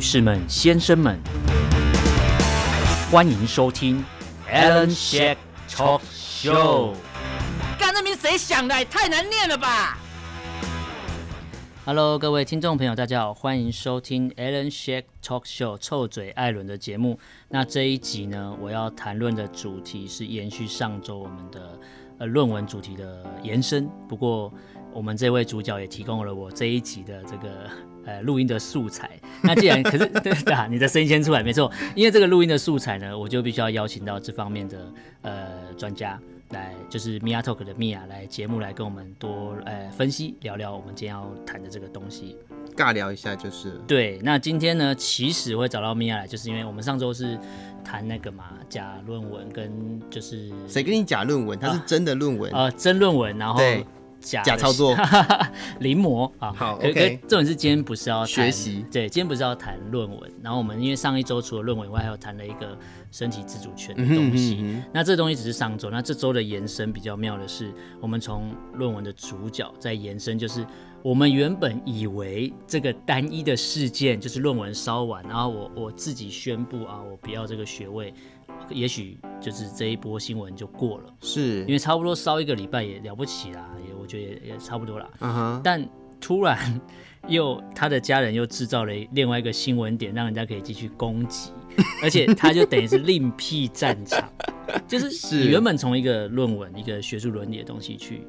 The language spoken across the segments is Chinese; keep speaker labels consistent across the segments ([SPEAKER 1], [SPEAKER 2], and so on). [SPEAKER 1] 士们、先生们，欢迎收听 Alan Shack Talk Show。
[SPEAKER 2] 干那名谁想的？也太难念了吧！
[SPEAKER 1] Hello，各位听众朋友，大家好，欢迎收听 Alan Shack Talk Show 臭嘴艾伦的节目。那这一集呢，我要谈论的主题是延续上周我们的呃论文主题的延伸。不过，我们这位主角也提供了我这一集的这个 呃录音的素材。那既然可是 对的、啊，你的声音先出来，没错，因为这个录音的素材呢，我就必须要邀请到这方面的呃专家。来，就是 Mia Talk 的 Mia 来节目来跟我们多呃分析聊聊我们今天要谈的这个东西。
[SPEAKER 3] 尬聊一下就是了
[SPEAKER 1] 对，那今天呢，其实会找到 Mia 来，就是因为我们上周是谈那个嘛假论文跟就是
[SPEAKER 3] 谁跟你假论文？它是真的论文，
[SPEAKER 1] 呃真论文，然后
[SPEAKER 3] 对
[SPEAKER 1] 假
[SPEAKER 3] 假操作
[SPEAKER 1] 临摹啊。
[SPEAKER 3] 好
[SPEAKER 1] 可
[SPEAKER 3] OK
[SPEAKER 1] 可重点是今天不是要谈
[SPEAKER 3] 学习，
[SPEAKER 1] 对，今天不是要谈论文。然后我们因为上一周除了论文以外，还有谈了一个身体自主
[SPEAKER 3] 嗯
[SPEAKER 1] 权的东西。那这东西只是上周，那这周的延伸比较妙的是，我们从论文的主角再延伸，就是我们原本以为这个单一的事件就是论文烧完，然后我我自己宣布啊，我不要这个学位，也许就是这一波新闻就过了，
[SPEAKER 3] 是
[SPEAKER 1] 嗯因，为差不多烧一个礼拜也了不起啦，也我觉得也也差不多啦。
[SPEAKER 3] 嗯哼，
[SPEAKER 1] 但突然又他的家人又制造了另外一个新闻点，让人家可以继续攻击，而且他就等于是另辟战场，就是
[SPEAKER 3] 是
[SPEAKER 1] 你原本从一个论文、一个学术伦理的东西去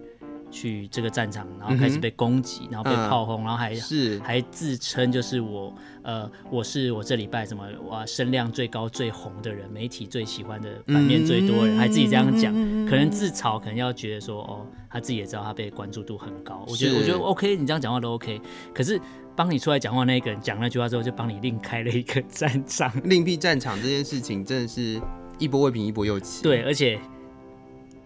[SPEAKER 1] 去这个战场，然后开始被攻击，然后被
[SPEAKER 3] 嗯
[SPEAKER 1] 炮轰，然后还
[SPEAKER 3] 是
[SPEAKER 1] 还自称就是我呃我是我这礼拜什么哇声量最高最红的人，媒体最喜欢的版面最多的人，还自己这样讲，可能自嘲，可能要觉得说哦他自己也知道他被关注度很高，我觉得
[SPEAKER 3] 是
[SPEAKER 1] 我觉得 OK，你这样讲话都 OK，可是帮你出来讲话那个人讲那句话之后，就帮你另开了一个 战场，
[SPEAKER 3] 另辟战场这件事情真的是一波未平一波又起，，
[SPEAKER 1] 对，而且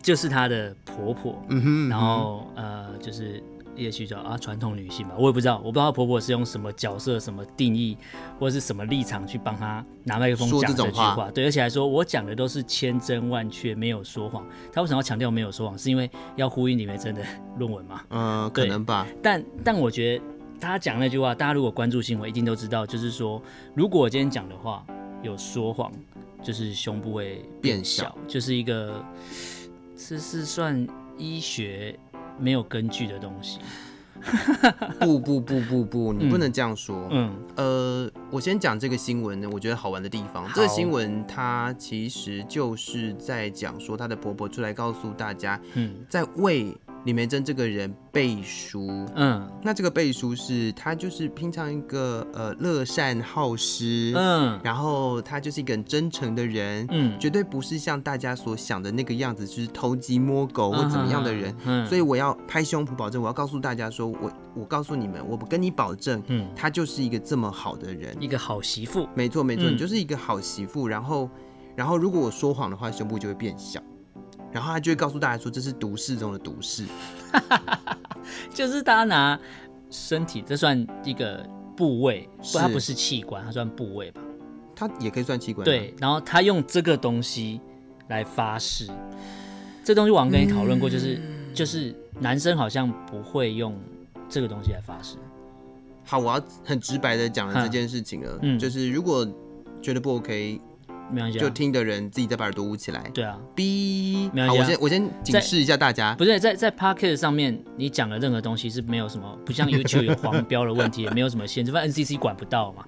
[SPEAKER 1] 就是她的婆婆，
[SPEAKER 3] 嗯哼，
[SPEAKER 1] 然后呃，就是也许叫啊传统女性吧，我也不知道，我不知道她婆婆是用什么角色、什么定义或者是什么立场去帮她拿麦克风
[SPEAKER 3] 说
[SPEAKER 1] 讲
[SPEAKER 3] 这种
[SPEAKER 1] 句
[SPEAKER 3] 话
[SPEAKER 1] 话。对，而且还说我讲的都是千真万确，没有说谎。她为什么要强调没有说谎？是因为要呼应李梅珍的 论文嘛？
[SPEAKER 3] 嗯，可
[SPEAKER 1] 对
[SPEAKER 3] 能吧，
[SPEAKER 1] 但但我觉得她讲那句话，大家如果关注新闻，一定都知道，就是说，如果我今天讲的话有说谎，就是胸部会
[SPEAKER 3] 变
[SPEAKER 1] 小，
[SPEAKER 3] 小
[SPEAKER 1] 就是一个是是算医学没有根据的东西。
[SPEAKER 3] 不不不 不不，你不能这样说，
[SPEAKER 1] 嗯，
[SPEAKER 3] 呃，我先讲这个新闻呢，我觉得好玩的地方。这个新闻它其实就是在讲说，她的婆婆出来告诉大家，
[SPEAKER 1] 嗯，
[SPEAKER 3] 在为李梅珍这个人背书。
[SPEAKER 1] 嗯
[SPEAKER 3] 那这个背书是她就是平常一个呃乐善好施，
[SPEAKER 1] 嗯
[SPEAKER 3] 然后她就是一个很真诚的人，
[SPEAKER 1] 嗯，
[SPEAKER 3] 绝对不是像大家所想的那个样子，就是偷鸡摸狗或怎么样的人。
[SPEAKER 1] 嗯，
[SPEAKER 3] 所
[SPEAKER 1] 以
[SPEAKER 3] 以我要拍胸脯保证，我要告诉大家说，我我告诉你们，我跟你保证，
[SPEAKER 1] 嗯，
[SPEAKER 3] 她就是一个这么好的人。
[SPEAKER 1] 一个好媳妇，
[SPEAKER 3] 没错没错，
[SPEAKER 1] 嗯
[SPEAKER 3] 你就是一个好媳妇。然后，然后如果我说谎的话，胸部就会变小。然后她就会告诉大家说，这是毒誓中的毒誓。
[SPEAKER 1] 就是她拿身体，这算一个部位，不，
[SPEAKER 3] 是
[SPEAKER 1] 它不是器官，它算部位吧？
[SPEAKER 3] 她也可以算器官、啊。
[SPEAKER 1] 对，然后他用这个东西来发誓，这东西我好像跟你讨论过，就是、
[SPEAKER 3] 嗯
[SPEAKER 1] 就是男生好像不会用这个东西来发誓。
[SPEAKER 3] 好，我要很直白的讲了
[SPEAKER 1] 哈
[SPEAKER 3] 这件事情了，
[SPEAKER 1] 嗯
[SPEAKER 3] 就是如果觉得不 OK，
[SPEAKER 1] 没关系、啊，
[SPEAKER 3] 就听的人自己再把耳朵捂起来。
[SPEAKER 1] 对啊，
[SPEAKER 3] B，
[SPEAKER 1] 没关
[SPEAKER 3] 好，
[SPEAKER 1] 系啊
[SPEAKER 3] 我先我先警
[SPEAKER 1] 在
[SPEAKER 3] 示一下大家，
[SPEAKER 1] 不是在在 p o c k e t 上面你讲的任何东西是没有什么，不像 YouTube 有黄标的问题，也没有什么限制，反正 NCC 管不到嘛。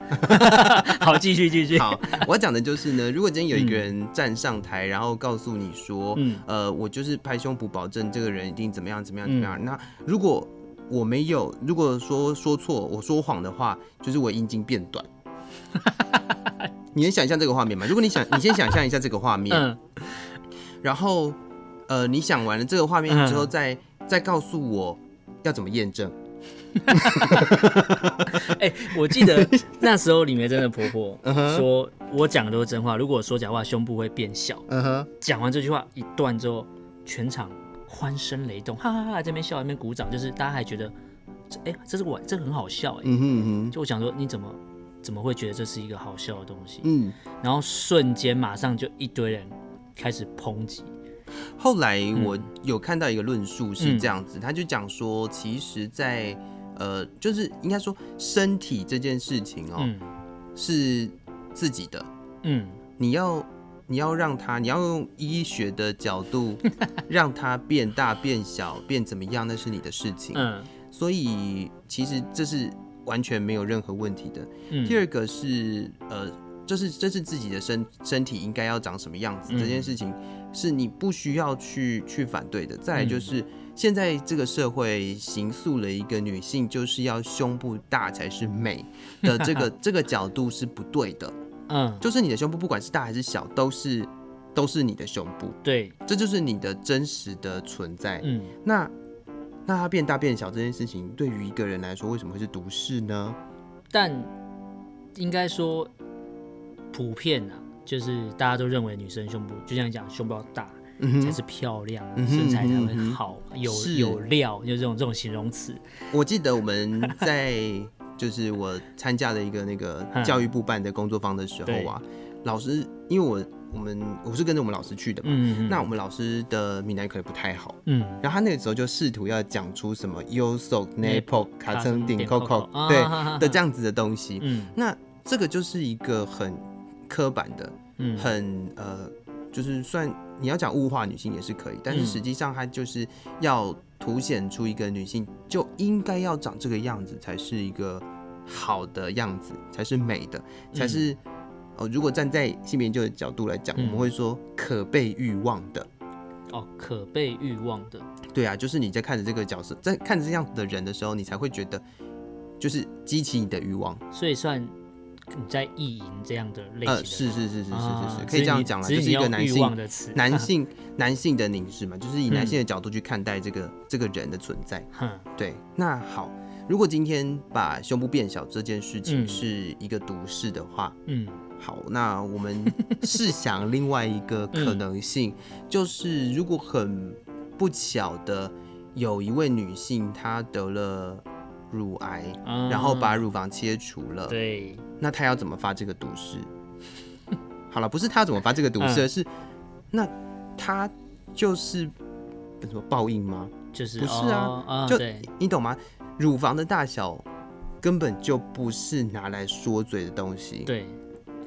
[SPEAKER 1] 好，继续继续。
[SPEAKER 3] 好，我要讲的就是呢，如果今天有一个人站上台，然后告诉你说，
[SPEAKER 1] 嗯
[SPEAKER 3] 呃，我就是拍胸脯保证这个人一定怎么样怎么样怎么样。那如果我没有，如果说说错，我说谎的话，就是我阴茎变 短。你能想象这个画面吗？如果你想，你先想象一下这个画面，
[SPEAKER 1] 嗯
[SPEAKER 3] 然后，呃，你想完了这个画面之后
[SPEAKER 1] 嗯
[SPEAKER 3] 再，再告诉我要怎么验证。
[SPEAKER 1] 哎、我记 得那时候李梅珍的婆婆
[SPEAKER 3] 嗯
[SPEAKER 1] 说，我讲的都是真话，如果我说假话，胸部会变小。
[SPEAKER 3] 嗯哼，
[SPEAKER 1] 讲完这句话一段之后，全场欢声雷动，哈哈哈这边笑，那边鼓掌，就是大家还觉得，这哎、这是我这个很好笑哎、
[SPEAKER 3] 嗯哼嗯哼，
[SPEAKER 1] 就我想说，你怎么怎么会觉得这是一个好笑的东西？
[SPEAKER 3] 嗯。
[SPEAKER 1] 然后瞬间马上就一堆人开始抨击，
[SPEAKER 3] 嗯后来我嗯有看到一个论述是这样子，他就讲说，其实在，呃，就是应该说身体这件事情哦，
[SPEAKER 1] 嗯
[SPEAKER 3] 是自己的，
[SPEAKER 1] 嗯，
[SPEAKER 3] 你要你要让它，你要用医学的角 度让它变大、变小、变怎么样，那是你的事情。
[SPEAKER 1] 嗯
[SPEAKER 3] 所以其实这是完全没有任何问题的。
[SPEAKER 1] 嗯，
[SPEAKER 3] 第二个是呃，这是这是自己的身身体应该要长什么样子，
[SPEAKER 1] 嗯
[SPEAKER 3] 这件事情是你不需要去去反对的。再来就
[SPEAKER 1] 嗯
[SPEAKER 3] 是、现在这个社会形塑了一个女性就是要胸部大才是 美的这个这个角度是不对的，
[SPEAKER 1] 嗯，
[SPEAKER 3] 就是你的胸部不管是大还是小都是。都是你的胸部，
[SPEAKER 1] 对，
[SPEAKER 3] 这就是你的真实的存在。
[SPEAKER 1] 嗯
[SPEAKER 3] 那那它变大变小这件事情，对于一个人来说，为什么会是独视呢？
[SPEAKER 1] 但应该说普遍啊，就是大家都认为女生胸部，就像你讲胸部要大。
[SPEAKER 3] 嗯哼
[SPEAKER 1] 才是漂亮啊，
[SPEAKER 3] 嗯哼
[SPEAKER 1] 身材才会
[SPEAKER 3] 嗯哼
[SPEAKER 1] 好，有
[SPEAKER 3] 是
[SPEAKER 1] 有料，就这种这种形容词。
[SPEAKER 3] 我记得我们在就是我参加的一个那个
[SPEAKER 1] 嗯
[SPEAKER 3] 教育部办的工作坊的时候啊，老师因为我我们我是跟着我们老师去的嘛，
[SPEAKER 1] 嗯，嗯
[SPEAKER 3] 那我们老师的闽南语可能不太好，
[SPEAKER 1] 嗯，
[SPEAKER 3] 然后他那个时候就试图要讲出什么 u s o n a p o 卡
[SPEAKER 1] 成
[SPEAKER 3] 层顶
[SPEAKER 1] 点
[SPEAKER 3] coco
[SPEAKER 1] coco，
[SPEAKER 3] 对
[SPEAKER 1] 啊哈哈哈
[SPEAKER 3] 的这样子的东西，
[SPEAKER 1] 嗯
[SPEAKER 3] 那这个就是一个很刻板的，
[SPEAKER 1] 嗯
[SPEAKER 3] 很呃，就是算你要讲物化女性也是可以，但是
[SPEAKER 1] 嗯
[SPEAKER 3] 实际上它就是要凸显出一个女性就应该要长这个样子才是一个好的样子，才是美的，才是、呃，如果站在性别研究的角度来讲，
[SPEAKER 1] 嗯
[SPEAKER 3] 我们会说可被欲望的。
[SPEAKER 1] 哦，可被欲望的，
[SPEAKER 3] 对啊，就是你在看着这个角色，在看着这样子的人的时候，你才会觉得就是激起你的欲望。
[SPEAKER 1] 所以算你在意淫这样的类型的
[SPEAKER 3] 呃，是是是是是
[SPEAKER 1] 啊
[SPEAKER 3] 是是，
[SPEAKER 1] 只
[SPEAKER 3] 可以这样
[SPEAKER 1] 你
[SPEAKER 3] 讲了，
[SPEAKER 1] 只
[SPEAKER 3] 就是是
[SPEAKER 1] 你
[SPEAKER 3] 一
[SPEAKER 1] 用
[SPEAKER 3] 个男
[SPEAKER 1] 欲望
[SPEAKER 3] 性
[SPEAKER 1] 的词，
[SPEAKER 3] 男性男性的凝视嘛，就是以男
[SPEAKER 1] 嗯
[SPEAKER 3] 性的角度去看待这个这个人的存在。
[SPEAKER 1] 哼，
[SPEAKER 3] 对，那好，如果今天把胸部变小这件事情
[SPEAKER 1] 嗯
[SPEAKER 3] 是一个毒誓的话，
[SPEAKER 1] 嗯
[SPEAKER 3] 好，那我们试想另外一个可 能性，
[SPEAKER 1] 嗯
[SPEAKER 3] 就是如果很不巧的有一位女性她得了乳癌，
[SPEAKER 1] 啊
[SPEAKER 3] 然后把乳房切除了，
[SPEAKER 1] 对，
[SPEAKER 3] 那他要怎么发这个毒誓？ 好了，不是他怎么发这个毒誓，
[SPEAKER 1] 嗯
[SPEAKER 3] 而是那他就是什么报应吗？
[SPEAKER 1] 就是
[SPEAKER 3] 不是啊
[SPEAKER 1] 哦啊，
[SPEAKER 3] 就
[SPEAKER 1] 对，
[SPEAKER 3] 你懂吗？乳房的大小根本就不是拿来说嘴的东西。，
[SPEAKER 1] 对，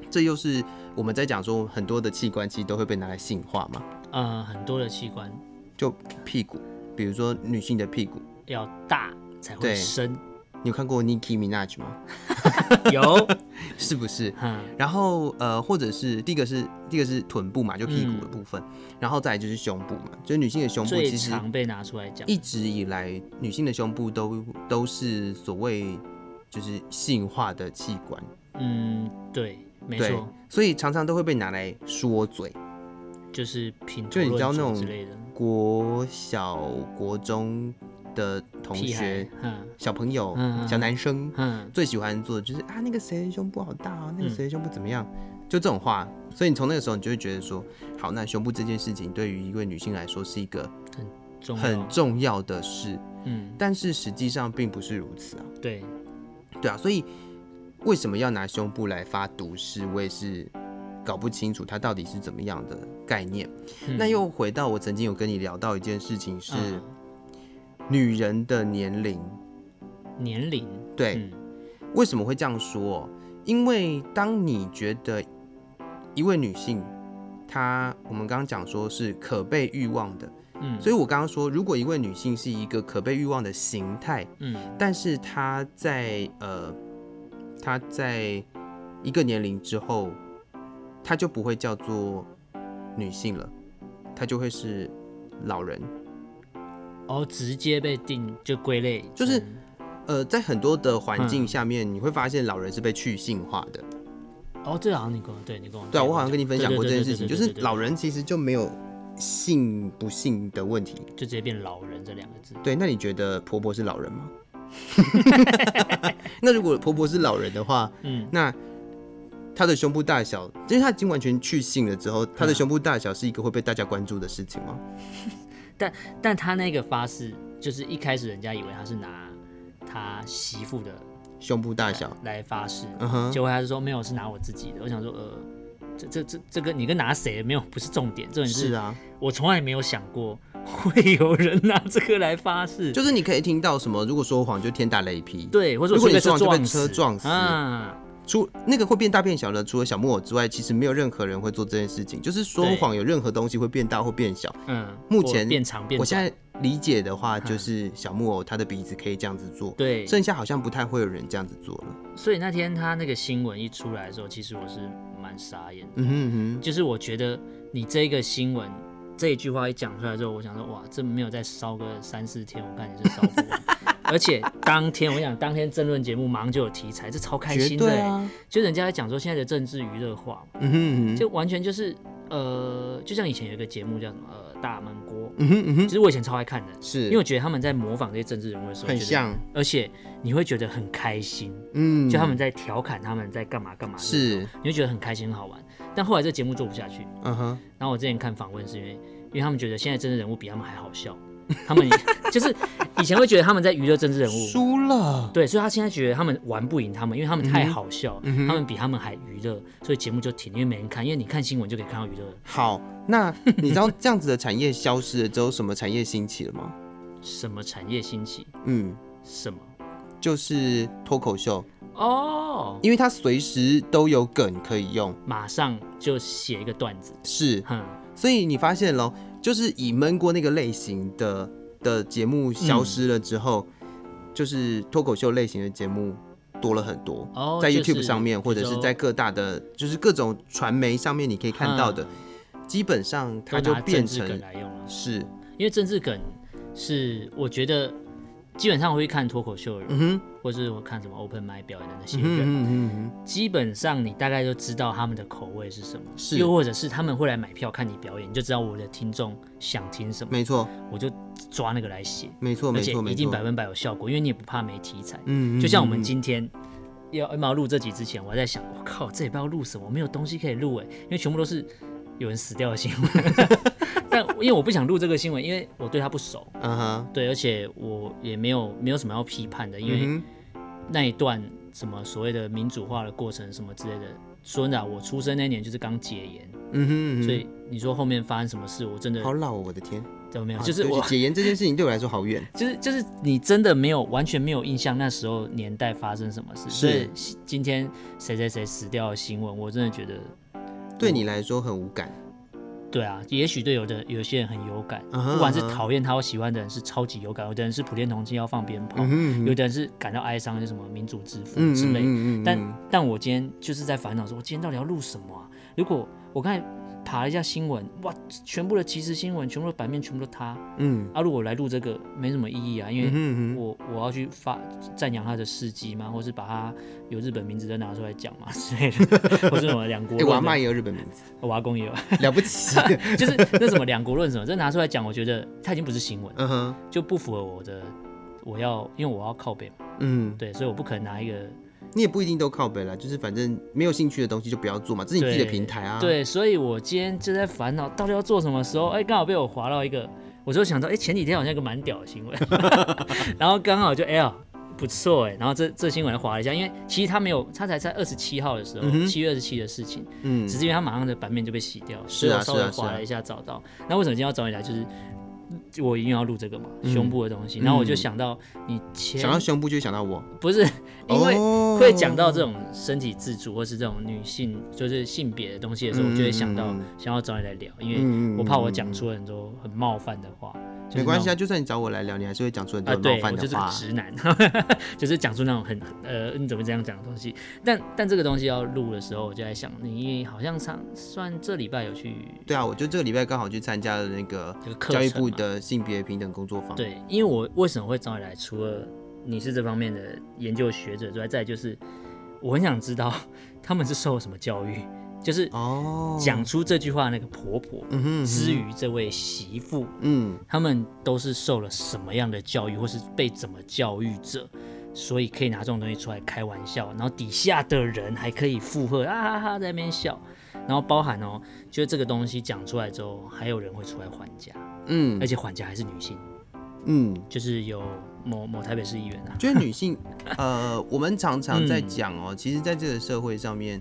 [SPEAKER 3] 这又是我们在讲说很多的器官其实都会被拿来性化嘛，
[SPEAKER 1] 呃，很多的器官
[SPEAKER 3] 就屁股，比如说女性的屁股，
[SPEAKER 1] 要大才会
[SPEAKER 3] 对
[SPEAKER 1] 深，
[SPEAKER 3] 你有看过 Nicki Minaj 吗？
[SPEAKER 1] 有，
[SPEAKER 3] 是不是？
[SPEAKER 1] 哼，
[SPEAKER 3] 然后呃，或者是第一个是第一个是臀部嘛，就屁股的部分，然后再来就是胸部嘛，就是女性的胸部
[SPEAKER 1] 嗯最
[SPEAKER 3] 其实
[SPEAKER 1] 常被拿出来讲，
[SPEAKER 3] 一直以来女性的胸部都都是所谓就是性化的器官，
[SPEAKER 1] 嗯，对，没
[SPEAKER 3] 对
[SPEAKER 1] 错，，
[SPEAKER 3] 所以常常都会被拿来说嘴。
[SPEAKER 1] 就是品头
[SPEAKER 3] 就你知道
[SPEAKER 1] 论
[SPEAKER 3] 那
[SPEAKER 1] 足
[SPEAKER 3] 种
[SPEAKER 1] 之类的，
[SPEAKER 3] 国小、国中的同
[SPEAKER 1] 屁孩
[SPEAKER 3] 学、，
[SPEAKER 1] 哼
[SPEAKER 3] 小朋友、
[SPEAKER 1] 嗯嗯
[SPEAKER 3] 小男生
[SPEAKER 1] 哼，
[SPEAKER 3] 最喜欢做的就是啊，那个谁的胸部好大啊，
[SPEAKER 1] 嗯
[SPEAKER 3] 那个谁的胸部怎么样，就这种话。所以你从那个时候，你就会觉得说，好，那胸部这件事情对于一位女性来说是一个
[SPEAKER 1] 重
[SPEAKER 3] 很
[SPEAKER 1] 要，
[SPEAKER 3] 重要的事，
[SPEAKER 1] 嗯，
[SPEAKER 3] 但是实际上并不是如此啊。
[SPEAKER 1] 对，
[SPEAKER 3] 对啊，所以为什么要拿胸部来发毒誓，我也是搞不清楚它到底是怎么样的概念。
[SPEAKER 1] 嗯
[SPEAKER 3] 那又回到我曾经有跟你聊到一件事情是，
[SPEAKER 1] 嗯
[SPEAKER 3] 女人的年龄，
[SPEAKER 1] 年龄，
[SPEAKER 3] 对，
[SPEAKER 1] 嗯
[SPEAKER 3] 为什么会这样说？因为当你觉得一位女性，她我们刚刚讲说是可被欲望的，
[SPEAKER 1] 嗯，
[SPEAKER 3] 所以我刚刚说，如果一位女性是一个可被欲望的形态，
[SPEAKER 1] 嗯
[SPEAKER 3] 但是她在呃，她在一个年龄之后，她就不会叫做女性了，她就会是老人。
[SPEAKER 1] 哦，直接被定就归类成，
[SPEAKER 3] 就是呃，在很多的环
[SPEAKER 1] 嗯
[SPEAKER 3] 境下面，你会发现老人是被去性化的。
[SPEAKER 1] 哦，这个好像你跟我对你跟我
[SPEAKER 3] 对啊，
[SPEAKER 1] 你
[SPEAKER 3] 我好像跟你分享过这
[SPEAKER 1] 对
[SPEAKER 3] 件
[SPEAKER 1] 对
[SPEAKER 3] 事情，
[SPEAKER 1] 对
[SPEAKER 3] 就
[SPEAKER 1] 对
[SPEAKER 3] 是
[SPEAKER 1] 对对对
[SPEAKER 3] 老人其实就没有性不性的问题。
[SPEAKER 1] 就直接变老人这两个字，
[SPEAKER 3] 对，那你觉得婆婆是老人吗？ 那如果婆婆是老人的话，
[SPEAKER 1] 嗯
[SPEAKER 3] 那她的胸部大小，因为她已经完全去性了之后，她
[SPEAKER 1] 嗯
[SPEAKER 3] 的胸部大小是一个会被大家关注的事情吗？
[SPEAKER 1] 但他那个发誓，就是一开始人家以为他是拿他媳妇的
[SPEAKER 3] 胸部大小，
[SPEAKER 1] 来发誓，
[SPEAKER 3] 嗯哼，
[SPEAKER 1] 结果他就说没有是拿我自己的，我想说呃。这这这这个你跟拿谁没有不是重点，重点
[SPEAKER 3] 是
[SPEAKER 1] 是
[SPEAKER 3] 啊，
[SPEAKER 1] 我从来没有想过会有人拿这个来发誓，
[SPEAKER 3] 就是你可以听到什么，如果说谎就天打雷劈，
[SPEAKER 1] 对，或者
[SPEAKER 3] 如果
[SPEAKER 1] 我
[SPEAKER 3] 你
[SPEAKER 1] 被车
[SPEAKER 3] 撞就被
[SPEAKER 1] 撞
[SPEAKER 3] 车撞死
[SPEAKER 1] 啊，
[SPEAKER 3] 除那个会变大变小的，除了小木偶之外，其实没有任何人会做这件事情。就是说谎有任何东西会变大或变小。
[SPEAKER 1] 嗯，
[SPEAKER 3] 目
[SPEAKER 1] 或
[SPEAKER 3] 前
[SPEAKER 1] 变长变短，嗯
[SPEAKER 3] 我现在理解的话，就是小木偶他的鼻子可以这样子做，
[SPEAKER 1] 对，
[SPEAKER 3] 剩下好像不太会有人这样子做了。
[SPEAKER 1] 所以那天他那个新闻一出来的时候，其实我是蛮傻眼的，
[SPEAKER 3] 嗯哼嗯
[SPEAKER 1] 哦
[SPEAKER 3] 哼，
[SPEAKER 1] 就是我觉得你这个新闻这一句话一讲出来之后，我想说哇，这没有再烧个三四天，我看你是烧不 完。而且当天我想，当天争论节目马上就有题材，这超开
[SPEAKER 3] 绝
[SPEAKER 1] 心的欸、
[SPEAKER 3] 对啊，
[SPEAKER 1] 就人家在讲说现在的政治娱乐化嘛，
[SPEAKER 3] 嗯哼嗯哼，
[SPEAKER 1] 就完全就是呃，就像以前有一个节目叫什么呃大闷锅，
[SPEAKER 3] 嗯哼嗯
[SPEAKER 1] 其
[SPEAKER 3] 哼，
[SPEAKER 1] 实我以前超爱看的，
[SPEAKER 3] 是，
[SPEAKER 1] 因为我觉得他们在模仿这些政治人物的时候
[SPEAKER 3] 很
[SPEAKER 1] 觉得
[SPEAKER 3] 像，
[SPEAKER 1] 而且你会觉得很开心，
[SPEAKER 3] 嗯，
[SPEAKER 1] 就他们在调侃他们在干嘛干嘛，
[SPEAKER 3] 是，
[SPEAKER 1] 你会觉得很开心很好玩。但后来这节目做不下去，
[SPEAKER 3] 嗯哼，
[SPEAKER 1] 然后我之前看访问是因为，因为他们觉得现在政治人物比他们还好笑，他们 就是以前会觉得他们在娱乐政治人物。
[SPEAKER 3] 输了，
[SPEAKER 1] 对，所以他现在觉得他们玩不赢他们，因为他们太好笑，
[SPEAKER 3] 嗯哼
[SPEAKER 1] 他们比他们还娱乐，所以节目就停，因为没人看，因为你看新闻就可以看到娱乐
[SPEAKER 3] 好，那 你知道这样子的产业消失了之后，什么产业兴起了吗？
[SPEAKER 1] 什么产业兴起，
[SPEAKER 3] 嗯，
[SPEAKER 1] 什么
[SPEAKER 3] 就是脱口秀，
[SPEAKER 1] 哦，
[SPEAKER 3] 因为它随时都有梗可以用，
[SPEAKER 1] 马上就写一个段子，
[SPEAKER 3] 是，
[SPEAKER 1] 哼，
[SPEAKER 3] 所以你发现咯，就是以闷锅那个类型的的节目消失了之后，就是脱口秀类型的节目多了很多。
[SPEAKER 1] 哦，
[SPEAKER 3] 在
[SPEAKER 1] 就是
[SPEAKER 3] YouTube 上面，或者
[SPEAKER 1] 比
[SPEAKER 3] 是
[SPEAKER 1] 如
[SPEAKER 3] 在
[SPEAKER 1] 说
[SPEAKER 3] 各大的，就是各种传媒上面，你可以看到的，基本上它
[SPEAKER 1] 嗯都
[SPEAKER 3] 就
[SPEAKER 1] 拿
[SPEAKER 3] 变
[SPEAKER 1] 政治梗
[SPEAKER 3] 成
[SPEAKER 1] 来用了，
[SPEAKER 3] 是，
[SPEAKER 1] 因为政治梗是我觉得基本上我会看脱口秀的人，
[SPEAKER 3] 嗯哼，
[SPEAKER 1] 或是我看什么 open mic 表演的那些人，
[SPEAKER 3] 嗯哼嗯哼嗯哼，
[SPEAKER 1] 基本上你大概就知道他们的口味是什么，
[SPEAKER 3] 是
[SPEAKER 1] 又或者是他们会来买票看你表演，你就知道我的听众想听什么，
[SPEAKER 3] 没错，
[SPEAKER 1] 我就抓那个来写，
[SPEAKER 3] 没错，
[SPEAKER 1] 而
[SPEAKER 3] 没
[SPEAKER 1] 且
[SPEAKER 3] 错，
[SPEAKER 1] 一
[SPEAKER 3] 没
[SPEAKER 1] 定
[SPEAKER 3] 错，
[SPEAKER 1] 百分百有效果，因为你也不怕没题材。
[SPEAKER 3] 嗯
[SPEAKER 1] 就像我们
[SPEAKER 3] 今
[SPEAKER 1] 今天要要录这集之前，我还在想，我靠，这也不知道录什么，没有东西可以录哎，因为全部都是有人死掉的新闻。 但因为我不想录这个新闻，因为我对他不熟，
[SPEAKER 3] 嗯哼，
[SPEAKER 1] 对，而且我也没有没有什么要批判的，因为
[SPEAKER 3] 嗯哼，
[SPEAKER 1] 那一段什么所谓的民主化的过程什么之类的。说真的啊、我出生那年就是刚解严，
[SPEAKER 3] 嗯哼，嗯哼
[SPEAKER 1] 所以你说后面发生什么事，我真的
[SPEAKER 3] 好老、哦，我的天，
[SPEAKER 1] 都没有，
[SPEAKER 3] 啊
[SPEAKER 1] 就是
[SPEAKER 3] 对不
[SPEAKER 1] 我
[SPEAKER 3] 起解严这件事情对我来说好远，
[SPEAKER 1] 就是就是你真的没有完全没有印象那时候年代发生什么事，所以今天谁谁谁死掉的新闻，我真的觉得
[SPEAKER 3] 对你来说很无感，
[SPEAKER 1] 对啊，也许对有的有些人很有感，
[SPEAKER 3] 嗯哼
[SPEAKER 1] 不管是
[SPEAKER 3] 嗯哼
[SPEAKER 1] 讨厌他或喜欢的人是超级有感，有的人是普天同庆要放鞭炮，
[SPEAKER 3] 嗯哼，嗯
[SPEAKER 1] 有
[SPEAKER 3] 点
[SPEAKER 1] 的人是感到哀伤，就什么民主之父之类的但但我今天就是在烦恼说，我今天到底要录什么啊？如果我刚才爬了一下新闻，哇，全部的即时新闻，全部的版面全部都他
[SPEAKER 3] 嗯
[SPEAKER 1] 啊！如果我来录这个，没什么意义啊，因
[SPEAKER 3] 嗯
[SPEAKER 1] 为
[SPEAKER 3] 哼嗯哼
[SPEAKER 1] 我我要去发赞扬他的事迹嘛，或是把他有日本名字再拿出来讲嘛 之类的，或是什么两国
[SPEAKER 3] 哎，
[SPEAKER 1] 论
[SPEAKER 3] 我
[SPEAKER 1] 的，
[SPEAKER 3] 阿妈也有日本名字，
[SPEAKER 1] 我阿公也有，
[SPEAKER 3] 了不起，
[SPEAKER 1] 就是那什么两国论什么，这拿出来讲，我觉得他已经不是新闻，
[SPEAKER 3] 嗯哼，
[SPEAKER 1] 就不符合我的。我要，因为我要靠北嘛，
[SPEAKER 3] 嗯，
[SPEAKER 1] 对，所以我不可能拿一个
[SPEAKER 3] 你也不一定都靠北啦，就是反正没有兴趣的东西就不要做嘛，这是你自己的平台啊，，
[SPEAKER 1] 对，所以我今天就在烦恼到底要做什么时候，哎、刚好被我划到一个，我就想到，哎、前几天好像有一个蛮屌的 新闻， 然后刚好就哎呀、不错哎，然后这这新闻划了一下，因为其实他没有，他才在二十七号的时候
[SPEAKER 3] 嗯，哼
[SPEAKER 1] 七、月二十七的事情，
[SPEAKER 3] 嗯
[SPEAKER 1] 只是因为他马上的版面就被洗掉了，所
[SPEAKER 3] 是
[SPEAKER 1] 以
[SPEAKER 3] 啊
[SPEAKER 1] 我稍微
[SPEAKER 3] 是啊是啊嗯
[SPEAKER 1] 划了一下找到。那为什么今天要找你来？就是我一定要录这个嘛，胸部的东西，然后我就想到你前
[SPEAKER 3] 想到胸部就会想到我，
[SPEAKER 1] 不是因为。
[SPEAKER 3] 哦
[SPEAKER 1] 会讲到这种身体自主或是这种女性就是性别的东西的时候，
[SPEAKER 3] 嗯
[SPEAKER 1] 我就会想到
[SPEAKER 3] 嗯
[SPEAKER 1] 想要找你来聊，因
[SPEAKER 3] 嗯
[SPEAKER 1] 为
[SPEAKER 3] 嗯
[SPEAKER 1] 我怕我讲出很多很冒犯的话。就是
[SPEAKER 3] 没关系
[SPEAKER 1] 那
[SPEAKER 3] 啊，
[SPEAKER 1] 种。
[SPEAKER 3] 就算你找我来聊，你还是会讲出很多
[SPEAKER 1] 啊，
[SPEAKER 3] 很
[SPEAKER 1] 对
[SPEAKER 3] 冒
[SPEAKER 1] 我
[SPEAKER 3] 犯
[SPEAKER 1] 就
[SPEAKER 3] 的
[SPEAKER 1] 是
[SPEAKER 3] 话
[SPEAKER 1] 个，直男， 就是讲出那种很呃你怎么这样讲的东西。但但这个东西要录的时候，我就在想，你好像上算这礼拜有去
[SPEAKER 3] 对啊，我就这个礼拜刚好去参加了那个
[SPEAKER 1] 这个课程
[SPEAKER 3] 教育部
[SPEAKER 1] 嘛
[SPEAKER 3] 的性别平等工作坊，，
[SPEAKER 1] 对，因为我为什么会找你来，除了你是这方面的研究学者之外，再来就是我很想知道他们是受了什么教育，就是
[SPEAKER 3] 哦，
[SPEAKER 1] 讲出这句话的那个婆婆，
[SPEAKER 3] 嗯哼，嗯哼
[SPEAKER 1] 之于这位媳妇，
[SPEAKER 3] 嗯，
[SPEAKER 1] 他们都是受了什么样的教育，或是被怎么教育者，所以可以拿这种东西出来开玩笑，然后底下的人还可以附和啊哈哈在那边笑，然后包含哦，就是这个东西讲出来之后，还有人会出来还价，
[SPEAKER 3] 嗯
[SPEAKER 1] 而且还价还是女性，
[SPEAKER 3] 嗯，
[SPEAKER 1] 就是有某某台北市议员啊，
[SPEAKER 3] 觉得女性， 呃，我们常常在
[SPEAKER 1] 嗯
[SPEAKER 3] 讲哦、其实在这个社会上面，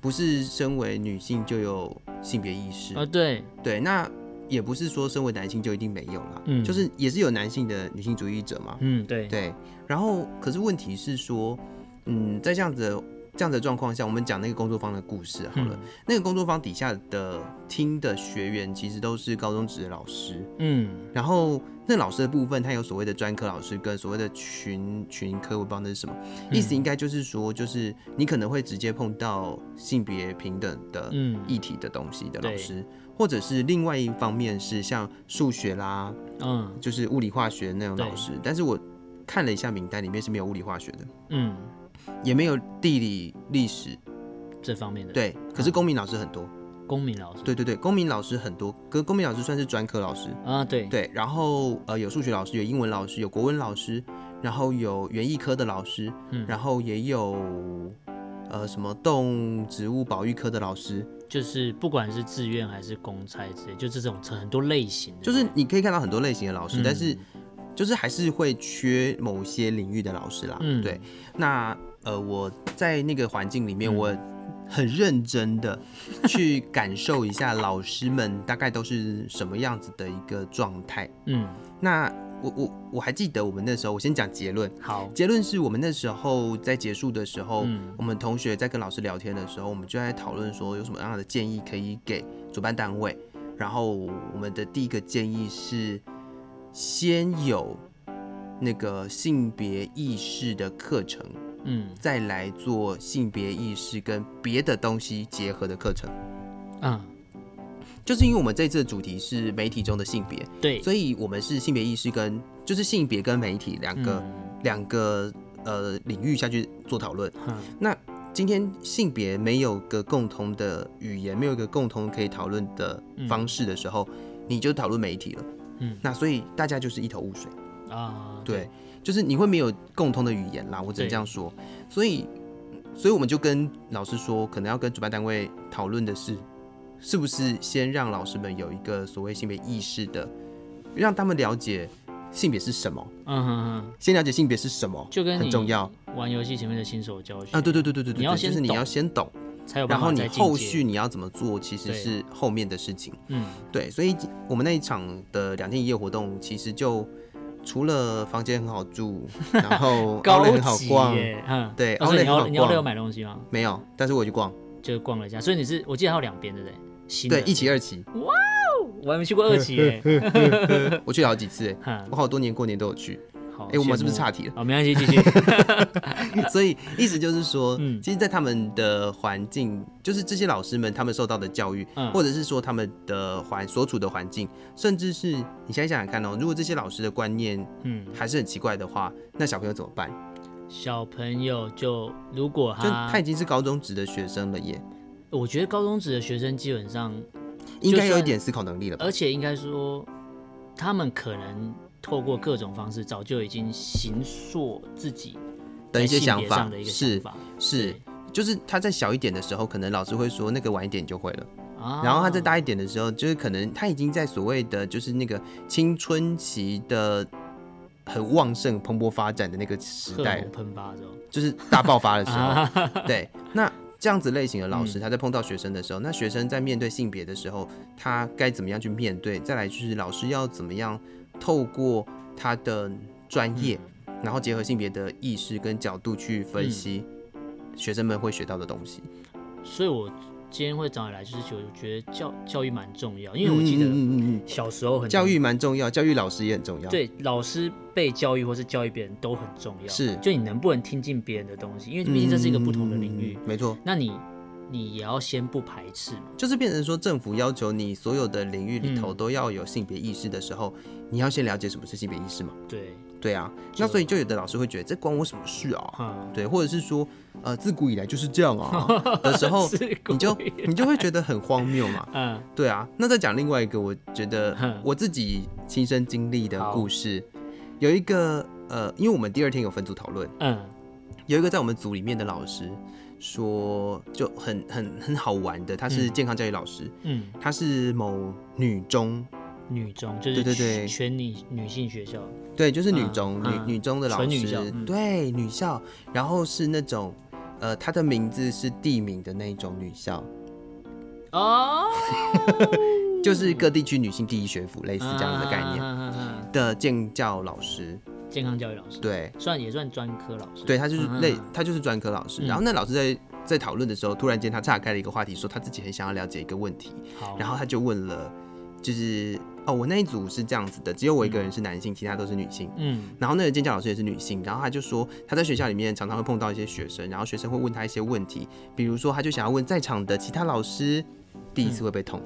[SPEAKER 3] 不是身为女性就有性别意识，
[SPEAKER 1] 啊对，
[SPEAKER 3] 对，那也不是说身为男性就一定没有啦，
[SPEAKER 1] 嗯
[SPEAKER 3] 就是也是有男性的女性主义者嘛，
[SPEAKER 1] 嗯对，
[SPEAKER 3] 对，然后可是问题是说，嗯，在这样子的这样子的状况下，我们讲那个工作坊的故事好了。
[SPEAKER 1] 嗯
[SPEAKER 3] 那个工作坊底下的听的学员其实都是高中职的老师，
[SPEAKER 1] 嗯
[SPEAKER 3] 然后那老师的部分，他有所谓的专科老师跟所谓的群群科，我不知道那是什么
[SPEAKER 1] 嗯
[SPEAKER 3] 意思，应该就是说，就是你可能会直接碰到性别平等的
[SPEAKER 1] 嗯
[SPEAKER 3] 议题的东西的老
[SPEAKER 1] 对
[SPEAKER 3] 师，或者是另外一方面是像数学啦，
[SPEAKER 1] 嗯
[SPEAKER 3] 就是物理化学那种
[SPEAKER 1] 对
[SPEAKER 3] 老师，但是我看了一下名单，里面是没有物理化学的，
[SPEAKER 1] 嗯，
[SPEAKER 3] 也没有地理历史，
[SPEAKER 1] 这方面的
[SPEAKER 3] 对，
[SPEAKER 1] 嗯
[SPEAKER 3] 可是公民老师很多，
[SPEAKER 1] 公民老师
[SPEAKER 3] 对对对，公民老师很多，可公民老师算是专科老师，
[SPEAKER 1] 啊对
[SPEAKER 3] 对，然后呃有数学老师，有英文老师，有国文老师，然后有园艺科的老师，
[SPEAKER 1] 嗯
[SPEAKER 3] 然后也有呃什么动植物保育科的老师，
[SPEAKER 1] 就是不管是自愿还是公差之类，就这种很多类型的，
[SPEAKER 3] 就是你可以看到很多类型的老师，但是
[SPEAKER 1] 嗯
[SPEAKER 3] 就是还是会缺某些领域的老师啦。
[SPEAKER 1] 嗯
[SPEAKER 3] 对，那呃我在那个环境里面，我很认真的去感受一下老师们大概都是什么样子的一个状态。
[SPEAKER 1] 嗯
[SPEAKER 3] 那我我我还记得我们那时候，我先讲结论。
[SPEAKER 1] 好
[SPEAKER 3] 结论是我们那时候在结束的时候，
[SPEAKER 1] 嗯
[SPEAKER 3] 我们同学在跟老师聊天的时候，我们就在讨论说有什么样的建议可以给主办单位。然后我们的第一个建议是，先有那个性别意识的课程，
[SPEAKER 1] 嗯
[SPEAKER 3] 再来做性别意识跟别的东西结合的课程。
[SPEAKER 1] 嗯
[SPEAKER 3] 就是因为我们这次的主题是媒体中的性别，
[SPEAKER 1] 对
[SPEAKER 3] 所以我们是性别意识跟就是性别跟媒体两个、
[SPEAKER 1] 嗯
[SPEAKER 3] 两个呃领域下去做讨论。
[SPEAKER 1] 哼
[SPEAKER 3] 那今天性别没有个共同的语言，没有一个共同可以讨论的方式的时候，你就讨论媒体了。
[SPEAKER 1] 嗯
[SPEAKER 3] 那所以大家就是一头雾水，
[SPEAKER 1] 啊
[SPEAKER 3] 对，就是你会没有共同的语言啦，我只能
[SPEAKER 1] 对
[SPEAKER 3] 这样说。所以，所以我们就跟老师说，可能要跟主办单位讨论的是，是不是先让老师们有一个所谓性别意识的，让他们了解性别是什么，
[SPEAKER 1] 嗯哼哼，
[SPEAKER 3] 先了解性别是什么，
[SPEAKER 1] 就跟你
[SPEAKER 3] 很重要。
[SPEAKER 1] 玩游戏前面的新手教学
[SPEAKER 3] 啊，对对对对对对，
[SPEAKER 1] 你要
[SPEAKER 3] 对
[SPEAKER 1] 先
[SPEAKER 3] 就是你
[SPEAKER 1] 懂
[SPEAKER 3] 要先懂，
[SPEAKER 1] 才有
[SPEAKER 3] 然
[SPEAKER 1] 办
[SPEAKER 3] 后
[SPEAKER 1] 法再
[SPEAKER 3] 你后
[SPEAKER 1] 进阶
[SPEAKER 3] 续你要怎么做，其实
[SPEAKER 1] 对
[SPEAKER 3] 是后面的事情。
[SPEAKER 1] 嗯
[SPEAKER 3] 对，所以我们那一场的两天一夜活动，其实就除了房间很好 住，然后
[SPEAKER 1] 高
[SPEAKER 3] 哦 outlet 很好
[SPEAKER 1] 级
[SPEAKER 3] 逛，
[SPEAKER 1] 耶嗯
[SPEAKER 3] 对
[SPEAKER 1] 哦所以你
[SPEAKER 3] outlet 很
[SPEAKER 1] 要
[SPEAKER 3] 好
[SPEAKER 1] 你要
[SPEAKER 3] 逛
[SPEAKER 1] 有买东西吗？
[SPEAKER 3] 没有，但是我有去逛，
[SPEAKER 1] 就逛了一下，所以你是我记得还有两边对不对？新的啊
[SPEAKER 3] 对，一期二期，
[SPEAKER 1] 我还没去过二期 耶，
[SPEAKER 3] 我去了好几次，哎
[SPEAKER 1] 哈
[SPEAKER 3] 我好多年过年都有去，
[SPEAKER 1] 好，
[SPEAKER 3] 哎，我们是不是
[SPEAKER 1] 羡慕
[SPEAKER 3] 岔题了？
[SPEAKER 1] 哦，没关系，继续。
[SPEAKER 3] 所以意思就是说，
[SPEAKER 1] 嗯
[SPEAKER 3] 其实，在他们的环境，就是这些老师们他们受到的教育，
[SPEAKER 1] 嗯
[SPEAKER 3] 或者是说他们的环所处的环境，甚至是你现在想想看哦，如果这些老师的观念
[SPEAKER 1] 嗯，
[SPEAKER 3] 还是很奇怪的话，那小朋友怎么办？
[SPEAKER 1] 小朋友就如果
[SPEAKER 3] 就
[SPEAKER 1] 他
[SPEAKER 3] 他已经是高中职的学生了耶，
[SPEAKER 1] 我觉得高中职的学生基本上，
[SPEAKER 3] 应
[SPEAKER 1] 就
[SPEAKER 3] 该
[SPEAKER 1] 算呃
[SPEAKER 3] 有一点思考能力了吧？
[SPEAKER 1] 而且应该说，他们可能透过各种方式，早就已经形塑自己
[SPEAKER 3] 的一些
[SPEAKER 1] 在性别
[SPEAKER 3] 想法
[SPEAKER 1] 上的一个想法
[SPEAKER 3] 是
[SPEAKER 1] 对，
[SPEAKER 3] 就是他在小一点的时候，可能老师会说那个晚一点你就会了，
[SPEAKER 1] 啊。
[SPEAKER 3] 然后他再大一点的时候，就是可能他已经在所谓的就是那个青春期的。很旺盛、蓬勃发展的那个时
[SPEAKER 1] 荷
[SPEAKER 3] 代了
[SPEAKER 1] 尔蒙，喷发之后，
[SPEAKER 3] 就是大爆发的时
[SPEAKER 1] 啊
[SPEAKER 3] 候， 对，那这样子类型的
[SPEAKER 1] 嗯
[SPEAKER 3] 老师，他在碰到学生的时候，那学生在面对性别的时候，他该怎么样去面对？再来就是老师要怎么样透过他的专业，
[SPEAKER 1] 嗯
[SPEAKER 3] 然后结合性别的意识跟角度去分析
[SPEAKER 1] 嗯
[SPEAKER 3] 学生们会学到的东西。
[SPEAKER 1] 所以我今天会找你来，就是觉得觉得教教育蛮重要，因为我记
[SPEAKER 3] 嗯
[SPEAKER 1] 得
[SPEAKER 3] 嗯嗯嗯
[SPEAKER 1] 小时候很
[SPEAKER 3] 嗯，教育蛮重要，教育老师也很重要。，
[SPEAKER 1] 对老师被教育或是教育别人都很重要，
[SPEAKER 3] 是
[SPEAKER 1] 就你能不能听进别人的东西，因为毕
[SPEAKER 3] 嗯
[SPEAKER 1] 竟这是一个不同的领域，
[SPEAKER 3] 没错，
[SPEAKER 1] 那你你也要先不排斥嘛，
[SPEAKER 3] 就是变成说政府要求你所有的领域里头
[SPEAKER 1] 嗯
[SPEAKER 3] 都要有性别意识的时候，你要先了解什么是性别意识嘛？
[SPEAKER 1] 对，
[SPEAKER 3] 对啊，那所以就有的老师会觉得这关我什么事啊？
[SPEAKER 1] 嗯，
[SPEAKER 3] 对，或者是说，呃，自古以来就是这样 啊的时候
[SPEAKER 1] 自，古
[SPEAKER 3] 你就
[SPEAKER 1] 以来
[SPEAKER 3] 你就会觉得很荒谬嘛。
[SPEAKER 1] 嗯
[SPEAKER 3] 对啊，那再讲另外一个，我觉得
[SPEAKER 1] 哼
[SPEAKER 3] 我自己亲身经历的
[SPEAKER 1] 好
[SPEAKER 3] 故事，有一个呃，因为我们第二天有分组讨论，
[SPEAKER 1] 嗯
[SPEAKER 3] 有一个在我们组里面的老师说，就很很很好玩的，他是
[SPEAKER 1] 嗯
[SPEAKER 3] 健康教育老师，
[SPEAKER 1] 嗯，
[SPEAKER 3] 他是某女中，
[SPEAKER 1] 女中就是
[SPEAKER 3] 对对对
[SPEAKER 1] 全女女性学校，
[SPEAKER 3] 对，就是女
[SPEAKER 1] 嗯
[SPEAKER 3] 中、
[SPEAKER 1] 嗯
[SPEAKER 3] 女女中的老师，
[SPEAKER 1] 纯女校嗯
[SPEAKER 3] 对女校，然后是那种，呃，她的名字是地名的那一种女校，
[SPEAKER 1] 哦，嗯
[SPEAKER 3] 就是各地区女性第一学府类似这样的概念
[SPEAKER 1] 念，
[SPEAKER 3] 的建教老师，
[SPEAKER 1] 健康教育老师，
[SPEAKER 3] 对
[SPEAKER 1] 算也算专科老师。
[SPEAKER 3] 对，他就是类
[SPEAKER 1] 嗯嗯，
[SPEAKER 3] 他就是专科老师。然后那老师在在讨论的时候，突然间他岔开了一个话题，说他自己很想要了解一个问题，
[SPEAKER 1] 好，
[SPEAKER 3] 然后他就问了，就是哦，我那一组是这样子的，只有我一个人是男性，其他都是女性。
[SPEAKER 1] 嗯
[SPEAKER 3] 然后那个监教老师也是女性，然后她就说她在学校里面常常会碰到一些学生，然后学生会问她一些问题，比如说她就想要问在场的其他老师，第一次会不会痛？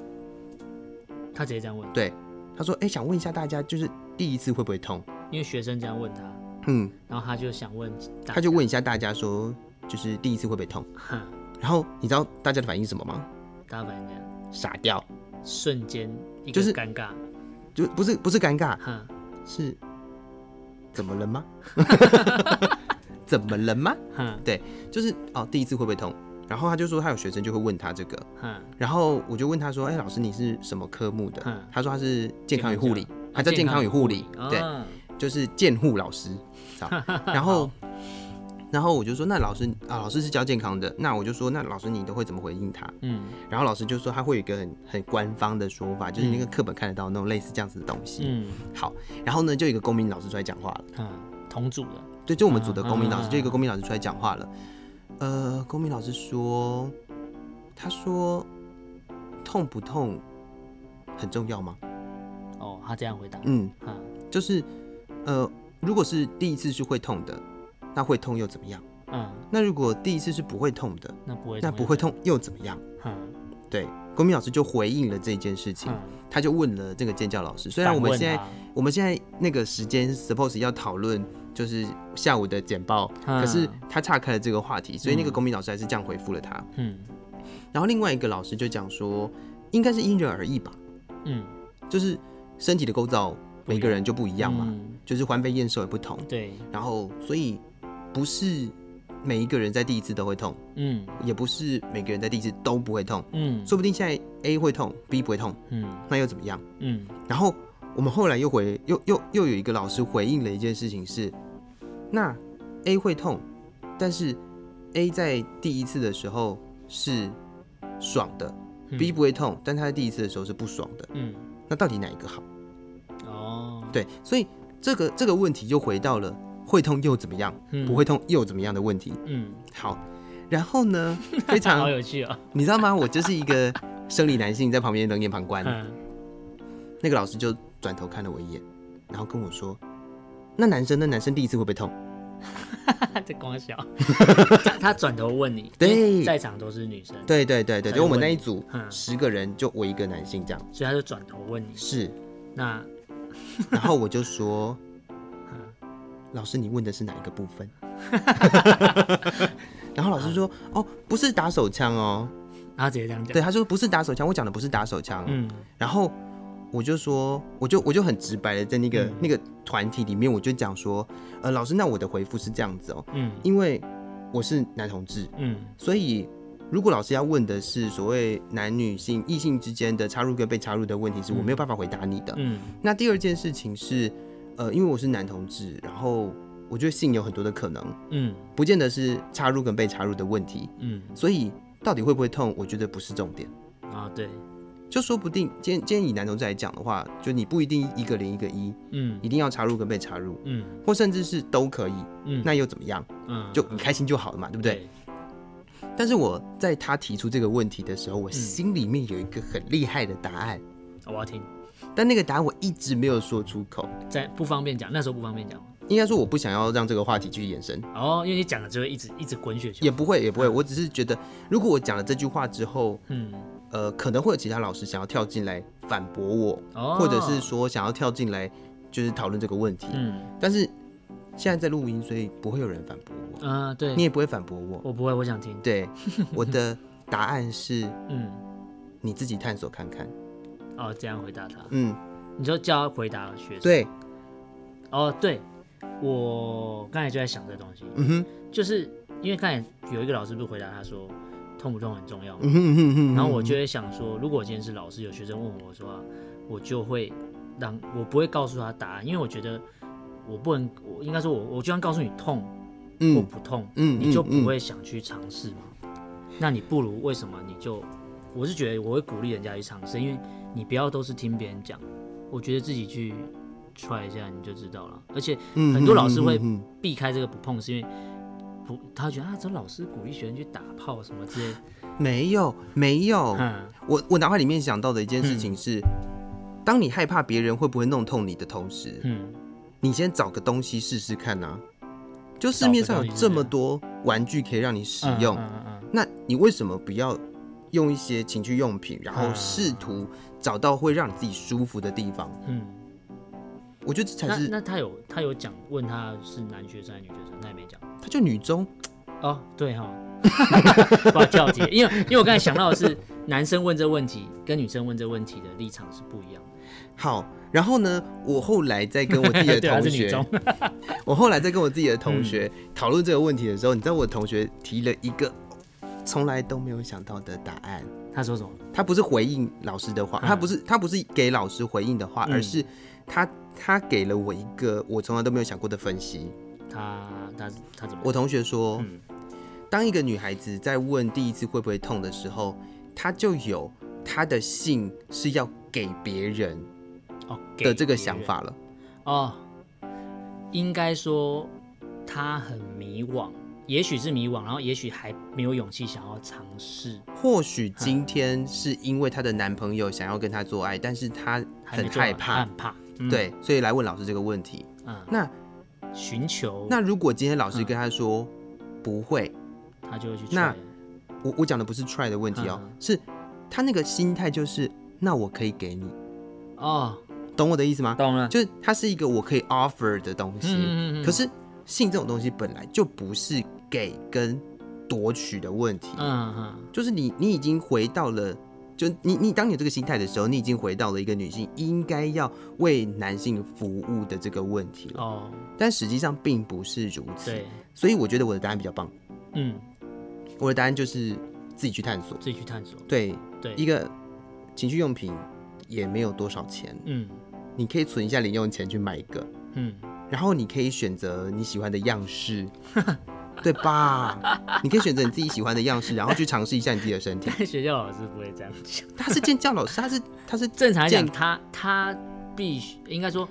[SPEAKER 1] 他直接这样问，
[SPEAKER 3] 对，她说哎、诶想问一下大家，就是第一次会不会痛？
[SPEAKER 1] 因为学生这样问他，
[SPEAKER 3] 嗯，
[SPEAKER 1] 然后他就想问大家，
[SPEAKER 3] 她就问一下大家说，就是第一次会不会痛？
[SPEAKER 1] 哼，
[SPEAKER 3] 嗯然后你知道大家的反应是什么吗？
[SPEAKER 1] 大家反应这样，
[SPEAKER 3] 傻掉，
[SPEAKER 1] 瞬间一
[SPEAKER 3] 就
[SPEAKER 1] 个
[SPEAKER 3] 是
[SPEAKER 1] 尴尬，
[SPEAKER 3] 就不是不是尴尬，
[SPEAKER 1] 哼，
[SPEAKER 3] 是怎么了吗？ 怎么了吗？
[SPEAKER 1] 哼
[SPEAKER 3] 就是哦，第一次会不会痛？然后她就说她有学生就会问她这个，
[SPEAKER 1] 哼，
[SPEAKER 3] 然后我就问他说：“哎、老师，你是什么科目的？”
[SPEAKER 1] 嗯
[SPEAKER 3] 他说他是健康与护理
[SPEAKER 1] 健，
[SPEAKER 3] 他叫健康与护理，哦
[SPEAKER 1] 啊
[SPEAKER 3] 对，就是健护老师。 好然后，然后我就说：“那老师啊，老师是教健康的。”那我就说：“那老师你都会怎么回应他
[SPEAKER 1] 嗯？”
[SPEAKER 3] 然后老师就说他会有一个很很官方的说法，就是那个课本看得到那种类似这样子的东西。
[SPEAKER 1] 嗯
[SPEAKER 3] 好，然后呢，就有一个公民老师出来讲话了，
[SPEAKER 1] 哼，同组的，
[SPEAKER 3] 对，就我们组的公民老
[SPEAKER 1] 嗯
[SPEAKER 3] 师，就一个公民老师出来讲话了。呃，公民老师说，他说痛不痛很重要吗？
[SPEAKER 1] 哦，他这样回答，
[SPEAKER 3] 嗯，
[SPEAKER 1] 嗯
[SPEAKER 3] 就是呃，如果是第一次是会痛的，那会痛又怎么样？
[SPEAKER 1] 嗯，
[SPEAKER 3] 那如果第一次是不会痛的，
[SPEAKER 1] 那不会，
[SPEAKER 3] 那不会，痛又怎么样？
[SPEAKER 1] 哼
[SPEAKER 3] 对，公民老师就回应了这件事情，
[SPEAKER 1] 哼，
[SPEAKER 3] 他就问了这个建教老师。虽然我们现在我们现在那个时间 suppose 要讨论就是下午的简报，
[SPEAKER 1] 嗯
[SPEAKER 3] 可是他岔开了这个话题，所以那个公民老师还是这样回复了他。
[SPEAKER 1] 反问啊，
[SPEAKER 3] 然后另外一个老师就讲说，应该是因人而异吧，
[SPEAKER 1] 嗯嗯，
[SPEAKER 3] 就是身体的构造每个人就不一样嘛，
[SPEAKER 1] 嗯
[SPEAKER 3] 就是环肥燕瘦也不同，
[SPEAKER 1] 对，
[SPEAKER 3] 然后所以不是每一个人在第一次都会痛，
[SPEAKER 1] 嗯
[SPEAKER 3] 也不是每个人在第一次都不会痛，
[SPEAKER 1] 嗯
[SPEAKER 3] 说不定现在 A 会痛，B 不会痛，
[SPEAKER 1] 嗯
[SPEAKER 3] 那又怎么样？
[SPEAKER 1] 嗯，
[SPEAKER 3] 然后我们后来又回又又又有一个老师回应了一件事情是，那 A 会痛，但是 A 在第一次的时候是爽的、
[SPEAKER 1] 嗯
[SPEAKER 3] b 不会痛，但他在第一次的时候是不爽的，
[SPEAKER 1] 嗯
[SPEAKER 3] 那到底哪一个好？
[SPEAKER 1] 哦，
[SPEAKER 3] 对，所以这个这个问题就回到了会痛又怎么样，
[SPEAKER 1] 嗯
[SPEAKER 3] 不会痛又怎么样的问题。
[SPEAKER 1] 嗯，
[SPEAKER 3] 好，然后呢，非
[SPEAKER 1] 好
[SPEAKER 3] 常
[SPEAKER 1] 有趣哦，
[SPEAKER 3] 你知道吗？我就是一个生理男性在旁边冷眼旁观。
[SPEAKER 1] 嗯
[SPEAKER 3] 那个老师就转头看了我一眼，然后跟我说：“那男生，那男生第一次会不会痛
[SPEAKER 1] 这光 小，他他转头问你，
[SPEAKER 3] 对
[SPEAKER 1] 因为在场都是女生？”，
[SPEAKER 3] 对对对对，
[SPEAKER 1] 他就
[SPEAKER 3] 就我们
[SPEAKER 1] 问
[SPEAKER 3] 那一
[SPEAKER 1] 你
[SPEAKER 3] 组
[SPEAKER 1] 嗯
[SPEAKER 3] 十个人，就我一个男性这样。
[SPEAKER 1] 所以他就转头问你，
[SPEAKER 3] 是，
[SPEAKER 1] 那
[SPEAKER 3] 然后我就说：“
[SPEAKER 1] 嗯
[SPEAKER 3] 老师，你问的是哪一个部分？” 然后老师说：“
[SPEAKER 1] 嗯
[SPEAKER 3] 哦，不是打手枪哦。
[SPEAKER 1] 他直接这样”
[SPEAKER 3] 对，
[SPEAKER 1] 讲，
[SPEAKER 3] 他说不是打手枪，我讲的不是打手枪。
[SPEAKER 1] 嗯
[SPEAKER 3] 然后我就说，我就我就很直白的在那个、
[SPEAKER 1] 嗯
[SPEAKER 3] 那个团体里面，我就讲说：“呃，老师，那我的回复是这样子哦，
[SPEAKER 1] 嗯
[SPEAKER 3] 因为我是男同志。”
[SPEAKER 1] 嗯
[SPEAKER 3] 所以，如果老师要问的是所谓男女性异性之间的插入跟被插入的问题，是我没有办法回答你的。
[SPEAKER 1] 嗯
[SPEAKER 3] 那第二件事情是，呃，因为我是男同志，然后我觉得性有很多的可能，
[SPEAKER 1] 嗯
[SPEAKER 3] 不见得是插入跟被插入的问题，
[SPEAKER 1] 嗯，
[SPEAKER 3] 所以到底会不会痛，我觉得不是重点。
[SPEAKER 1] 啊对，
[SPEAKER 3] 就说不定，今天今天以男同志来讲的话，就你不一定一个零一个一，
[SPEAKER 1] 嗯
[SPEAKER 3] 一定要插入跟被插入，
[SPEAKER 1] 嗯
[SPEAKER 3] 或甚至是都可以，
[SPEAKER 1] 嗯，
[SPEAKER 3] 那又怎么样？
[SPEAKER 1] 嗯
[SPEAKER 3] 就你开心就好了嘛，对不对？
[SPEAKER 1] 对，
[SPEAKER 3] 但是我在他提出这个问题的时候，
[SPEAKER 1] 嗯
[SPEAKER 3] 我心里面有一个很厉害的答案，
[SPEAKER 1] 我要听，
[SPEAKER 3] 但那个答案我一直没有说出口。
[SPEAKER 1] 在不方便讲，那时候不方便讲
[SPEAKER 3] 应该说我不想要让这个话题去延伸，
[SPEAKER 1] 哦，因为你讲了就会一直一直滚雪球
[SPEAKER 3] 也，不会也不会，我只是觉得如果我讲了这句话之后，
[SPEAKER 1] 嗯
[SPEAKER 3] 呃，可能会有其他老师想要跳进来反驳我，
[SPEAKER 1] 哦，
[SPEAKER 3] 或者是说想要跳进来就是讨论这个问题。
[SPEAKER 1] 嗯
[SPEAKER 3] 但是现在在录音，所以不会有人反驳我，
[SPEAKER 1] 啊对
[SPEAKER 3] 你，也不会反驳我。
[SPEAKER 1] 我不会，我想听，
[SPEAKER 3] 对，我的答案是
[SPEAKER 1] 嗯
[SPEAKER 3] 你自己探索看看。
[SPEAKER 1] 哦这样回答他，
[SPEAKER 3] 嗯，
[SPEAKER 1] 你就叫他回答学生，
[SPEAKER 3] 对，
[SPEAKER 1] 哦对，我刚才就在想这东西，
[SPEAKER 3] 嗯哼，
[SPEAKER 1] 就是因为刚才有一个老师不是回答他说痛不痛很重要吗？
[SPEAKER 3] 嗯哼嗯哼嗯哼。
[SPEAKER 1] 然后我就会想说，如果我今天是老师，有学生问我说、啊，我就会让我不会告诉他答案，因为我觉得我不能，我应该说我我就算告诉你痛或
[SPEAKER 3] 嗯
[SPEAKER 1] 不痛，
[SPEAKER 3] 嗯
[SPEAKER 1] 你就
[SPEAKER 3] 嗯嗯
[SPEAKER 1] 不会想去尝试嘛。那你不如为什么你就？我是觉得我会鼓励人家去尝试，因为你不要都是听别人讲，我觉得自己去 try 一下你就知道了。而且很多老师会
[SPEAKER 3] 嗯嗯嗯
[SPEAKER 1] 避开这个不碰，是因为不，他觉得啊，这老师鼓励学生去打炮什么之类的。
[SPEAKER 3] 嗯没有没 有，
[SPEAKER 1] 嗯，
[SPEAKER 3] 我我脑海里面想到的一件事情是，当你害怕别人会不会弄痛你的同时，
[SPEAKER 1] 嗯，
[SPEAKER 3] 你先找个东西试试看啊。就市面上有这么多玩具可以让你使用，
[SPEAKER 1] 嗯嗯嗯
[SPEAKER 3] 那你为什么不要用一些情趣用品，然后
[SPEAKER 1] 嗯
[SPEAKER 3] 试图找到会让你自己舒服的地方？
[SPEAKER 1] 嗯嗯。
[SPEAKER 3] 我觉得这才
[SPEAKER 1] 那
[SPEAKER 3] 是，
[SPEAKER 1] 那他有他有讲，问他是男学生还是女学生，他也没讲。
[SPEAKER 3] 它就女中，
[SPEAKER 1] 哦，对哈、 哦，不要跳节，因为因为我刚才想到的是男生问这问题跟女生问这问题的立场是不一样的。
[SPEAKER 3] 好，然后呢，我后来在跟我自己 的
[SPEAKER 1] 对啊，
[SPEAKER 3] 同
[SPEAKER 1] 是女
[SPEAKER 3] 学
[SPEAKER 1] 中，。 嗯
[SPEAKER 3] 我后来在跟我自己的同学讨论这个问题的时候，你知道我同学提了一个从来都没有想到的答案。
[SPEAKER 1] 他说什么？
[SPEAKER 3] 他不是回应老师的话，
[SPEAKER 1] 嗯
[SPEAKER 3] 他不是他不是给老师回应的话，
[SPEAKER 1] 嗯
[SPEAKER 3] 而是他他给了我一个我从来都没有想过的分析。
[SPEAKER 1] 他他他怎么？
[SPEAKER 3] 我同学说，
[SPEAKER 1] 嗯
[SPEAKER 3] 当一个女孩子在问第一次会不会痛的时候，她就有她的性是要给别人
[SPEAKER 1] 哦给
[SPEAKER 3] 的这个
[SPEAKER 1] 别
[SPEAKER 3] 想
[SPEAKER 1] 人
[SPEAKER 3] 法了。
[SPEAKER 1] 哦，应该说他很迷惘，也许是迷惘，然后也许还没有勇气想要尝试，
[SPEAKER 3] 或许
[SPEAKER 1] 嗯
[SPEAKER 3] 今天是因为她的男朋友想要跟她做爱，但是她
[SPEAKER 1] 还没
[SPEAKER 3] 很
[SPEAKER 1] 做完
[SPEAKER 3] 害
[SPEAKER 1] 他
[SPEAKER 3] 怕，
[SPEAKER 1] 很怕，嗯，
[SPEAKER 3] 对，所以来问老师这个问题。
[SPEAKER 1] 嗯，
[SPEAKER 3] 那
[SPEAKER 1] 寻求，
[SPEAKER 3] 那如果今天老
[SPEAKER 1] 嗯
[SPEAKER 3] 师跟她说、不会，
[SPEAKER 1] 他就会去
[SPEAKER 3] 那
[SPEAKER 1] try
[SPEAKER 3] 我我讲的不是 try 的问题哦，
[SPEAKER 1] 嗯
[SPEAKER 3] 是她那个心态就是那我可以给你，
[SPEAKER 1] 哦，
[SPEAKER 3] 懂我的意思吗？
[SPEAKER 1] 懂了，
[SPEAKER 3] 就是它是一个我可以 offer 的东西，
[SPEAKER 1] 嗯嗯嗯嗯
[SPEAKER 3] 可是性这种东西本来就不是给跟夺取的问题，
[SPEAKER 1] 嗯嗯，
[SPEAKER 3] 就是你你已经回到了。就你你当你有这个心态的时候，你已经回到了一个女性应该要为男性服务的这个问题了，
[SPEAKER 1] 哦，
[SPEAKER 3] 但实际上并不是如此。
[SPEAKER 1] 对，
[SPEAKER 3] 所以我觉得我的答案比较棒，
[SPEAKER 1] 嗯，
[SPEAKER 3] 我的答案就是自己去探索。
[SPEAKER 1] 自己去探索，
[SPEAKER 3] 对，
[SPEAKER 1] 对，
[SPEAKER 3] 一个情趣用品也没有多少钱，
[SPEAKER 1] 嗯
[SPEAKER 3] 你可以存一下零用钱去买一个，
[SPEAKER 1] 嗯，
[SPEAKER 3] 然后你可以选择你喜欢的样 式，对吧？你可以选择你自己喜欢的样式，然后去尝试一下你自己的身体。
[SPEAKER 1] 但 学校老师不会这样讲，
[SPEAKER 3] 他是健教老师，他是他是
[SPEAKER 1] 正常来讲，
[SPEAKER 3] 健
[SPEAKER 1] 他他必须应该说，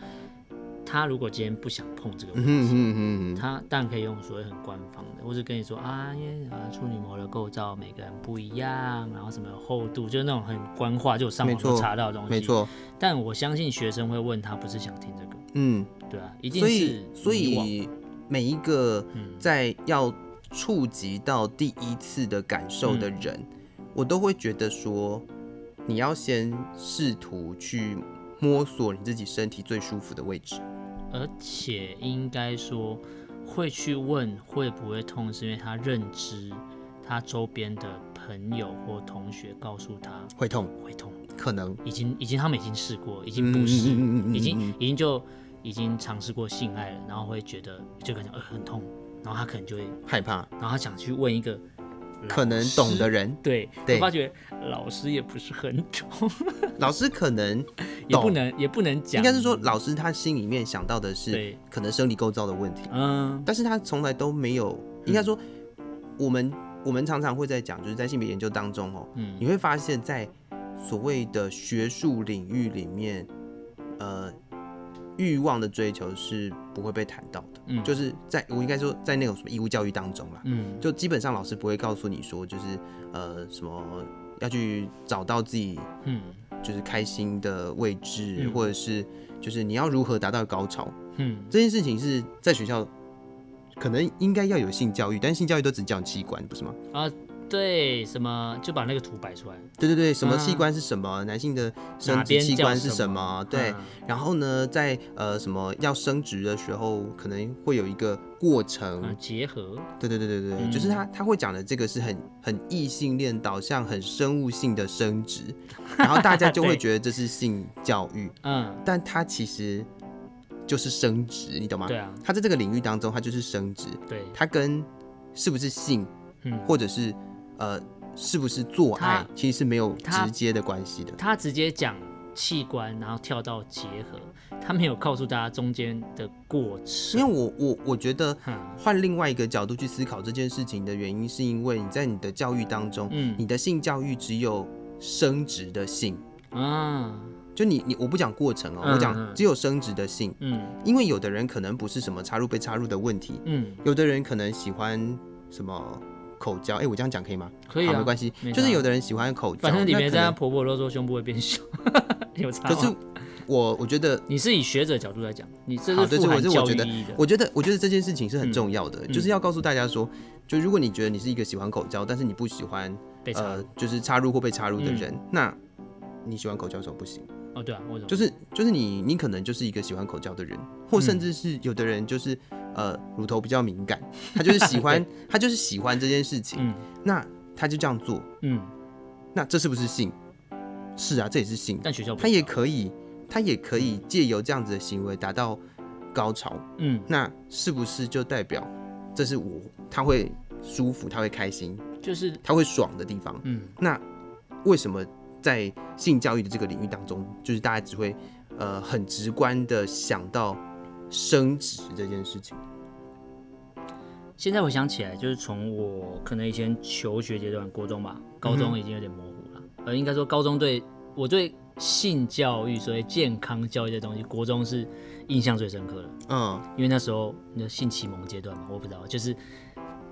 [SPEAKER 1] 他如果今天不想碰这个问
[SPEAKER 3] 嗯
[SPEAKER 1] 题。
[SPEAKER 3] 哼嗯哼
[SPEAKER 1] 他当然可以用所谓很官方的，或者跟你说啊，因为啊处女膜的构造每个人不一样，然后什么厚度，就是那种很官话，就我上
[SPEAKER 3] 没
[SPEAKER 1] 网都
[SPEAKER 3] 错
[SPEAKER 1] 查到的东
[SPEAKER 3] 嗯，
[SPEAKER 1] 西。
[SPEAKER 3] 没。错，
[SPEAKER 1] 但我相信学生会问他，不是想听这个，
[SPEAKER 3] 嗯，
[SPEAKER 1] 对啊，一定
[SPEAKER 3] 所
[SPEAKER 1] 是
[SPEAKER 3] 以所
[SPEAKER 1] 迷惘
[SPEAKER 3] 以每一个
[SPEAKER 1] 嗯
[SPEAKER 3] 在要触及到第一次的感受的
[SPEAKER 1] 嗯
[SPEAKER 3] 人，我都会觉得说，你要先试图去摸索你自己身体最舒服的位置。
[SPEAKER 1] 而且应该说会去问会不会痛，是因为他认知他周边的朋友或同学告诉他
[SPEAKER 3] 会痛，
[SPEAKER 1] 会痛。
[SPEAKER 3] 可能
[SPEAKER 1] 已经已经他们已经试过，已经不是，
[SPEAKER 3] 嗯嗯嗯嗯嗯嗯
[SPEAKER 1] 已经已经就已经尝试过性爱了，然后会觉得就感觉呃很痛，然后他可能就会，
[SPEAKER 3] 害怕，
[SPEAKER 1] 然后他想去问一个
[SPEAKER 3] 可能懂的，人，
[SPEAKER 1] 对，
[SPEAKER 3] 对
[SPEAKER 1] 我发觉老师也不是很懂，
[SPEAKER 3] 老师可能
[SPEAKER 1] 也不
[SPEAKER 3] 懂
[SPEAKER 1] 能也不能讲，
[SPEAKER 3] 应该是说，老师他心里面想到的是
[SPEAKER 1] 对
[SPEAKER 3] 可能生理构造的问题，
[SPEAKER 1] 嗯
[SPEAKER 3] 但是他从来都没有，应该说我们我们常常会在讲，就是在性别研究当中哦，
[SPEAKER 1] 嗯
[SPEAKER 3] 你会发现在所谓的学术领域里面，呃，欲望的追求是不会被谈到的，
[SPEAKER 1] 嗯
[SPEAKER 3] 就是在我应该说在那种什么义务教育当中啦，
[SPEAKER 1] 嗯
[SPEAKER 3] 就基本上老师不会告诉你说，就是呃什么要去找到自己
[SPEAKER 1] 嗯
[SPEAKER 3] 就是开心的位置，
[SPEAKER 1] 嗯
[SPEAKER 3] 或者是就是你要如何达到高潮
[SPEAKER 1] 嗯，
[SPEAKER 3] 这件事情是在学校可能应该要有性教育，但性教育都只讲器官，不是吗？
[SPEAKER 1] 啊对，什么就把那个图摆出来，
[SPEAKER 3] 对对对，什么
[SPEAKER 1] 啊
[SPEAKER 3] 器官是什么，男性的
[SPEAKER 1] 哪
[SPEAKER 3] 生殖
[SPEAKER 1] 边
[SPEAKER 3] 器
[SPEAKER 1] 叫
[SPEAKER 3] 官是
[SPEAKER 1] 什
[SPEAKER 3] 什么？对，
[SPEAKER 1] 嗯
[SPEAKER 3] 然后呢，在呃什么要生殖的时候，可能会有一个过程，
[SPEAKER 1] 嗯结合，
[SPEAKER 3] 对对对对对，就是他他会讲的这个是很很异性恋导向、很生物性的生 殖，然后大家就会
[SPEAKER 1] 对
[SPEAKER 3] 觉得这是性教育，
[SPEAKER 1] 嗯
[SPEAKER 3] 但它其实就是生殖，你懂吗？
[SPEAKER 1] 对啊
[SPEAKER 3] 它在这个领域当中，它就是生殖，
[SPEAKER 1] 对，
[SPEAKER 3] 它跟是不是性
[SPEAKER 1] 嗯。
[SPEAKER 3] 或者是呃是不是做爱
[SPEAKER 1] 它，
[SPEAKER 3] 其实是没有
[SPEAKER 1] 它
[SPEAKER 3] 直接的关系的。
[SPEAKER 1] 他直接讲器官，然后跳到结合，他没有告诉大家中间的过
[SPEAKER 3] 因
[SPEAKER 1] 程。
[SPEAKER 3] 为我我我觉得
[SPEAKER 1] 嗯
[SPEAKER 3] 换另外一个角度去思考这件事情的原因，是因为你在你的教育当中，
[SPEAKER 1] 嗯
[SPEAKER 3] 你的性教育只有生殖的性，
[SPEAKER 1] 啊，
[SPEAKER 3] 就你你我不讲过程哦，
[SPEAKER 1] 嗯
[SPEAKER 3] 我
[SPEAKER 1] 嗯
[SPEAKER 3] 讲只有生殖的性，
[SPEAKER 1] 嗯
[SPEAKER 3] 因为有的人可能不是什么插入被插入的问题，
[SPEAKER 1] 嗯，
[SPEAKER 3] 有的人可能喜欢什么口交，哎、我这样讲可以吗？
[SPEAKER 1] 可以
[SPEAKER 3] 好，
[SPEAKER 1] 啊
[SPEAKER 3] 没，关系
[SPEAKER 1] 没，差
[SPEAKER 3] 就是有的人喜欢口交，
[SPEAKER 1] 反正李
[SPEAKER 3] 那
[SPEAKER 1] 梅
[SPEAKER 3] 可
[SPEAKER 1] 在
[SPEAKER 3] 能
[SPEAKER 1] 婆婆都说胸部会变小，有差吗？
[SPEAKER 3] 可是我我觉得，
[SPEAKER 1] 你是以学者角度在讲，你这
[SPEAKER 3] 好
[SPEAKER 1] 是
[SPEAKER 3] 对
[SPEAKER 1] 富
[SPEAKER 3] 这
[SPEAKER 1] 含
[SPEAKER 3] 我这我
[SPEAKER 1] 教育
[SPEAKER 3] 觉得
[SPEAKER 1] 意义的。
[SPEAKER 3] 我觉得我觉得这件事情是很重要的，
[SPEAKER 1] 嗯
[SPEAKER 3] 就是要告诉大家说，就如果你觉得你是一个喜欢口交，但是你不喜欢
[SPEAKER 1] 被嗯查、
[SPEAKER 3] 呃就是插入或被插入的人，那你喜欢口交的时候不行，
[SPEAKER 1] 哦，对啊，我懂。
[SPEAKER 3] 就是是就是你你可能就是一个喜欢口交的人，或
[SPEAKER 1] 嗯
[SPEAKER 3] 甚至是有的人就是呃乳头比较敏感，他就是喜 欢他就是喜欢这件事情，
[SPEAKER 1] 嗯
[SPEAKER 3] 那他就这样做，
[SPEAKER 1] 嗯，
[SPEAKER 3] 那这是不是性？是啊，这也是性，
[SPEAKER 1] 但学校不
[SPEAKER 3] 他也
[SPEAKER 1] 知道
[SPEAKER 3] 可以，他也可以借由这样子的行为达到高潮，
[SPEAKER 1] 嗯，
[SPEAKER 3] 那是不是就代表这是我他会舒服，他会开心，
[SPEAKER 1] 就是
[SPEAKER 3] 他会爽的地方？
[SPEAKER 1] 嗯
[SPEAKER 3] 那为什么在性教育的这个领域当中，就是大家只会呃很直观的想到生殖这件事情？
[SPEAKER 1] 现在回想起来，就是从我可能以前求学阶段，国中
[SPEAKER 3] 嗯
[SPEAKER 1] 吧，高中已经有点模糊了。呃，应该说高中对我对性教育，所谓健康教育这东西，国中是印象最深刻的，
[SPEAKER 3] 嗯，
[SPEAKER 1] 因为那时候那性启蒙阶段嘛，我不知道，就是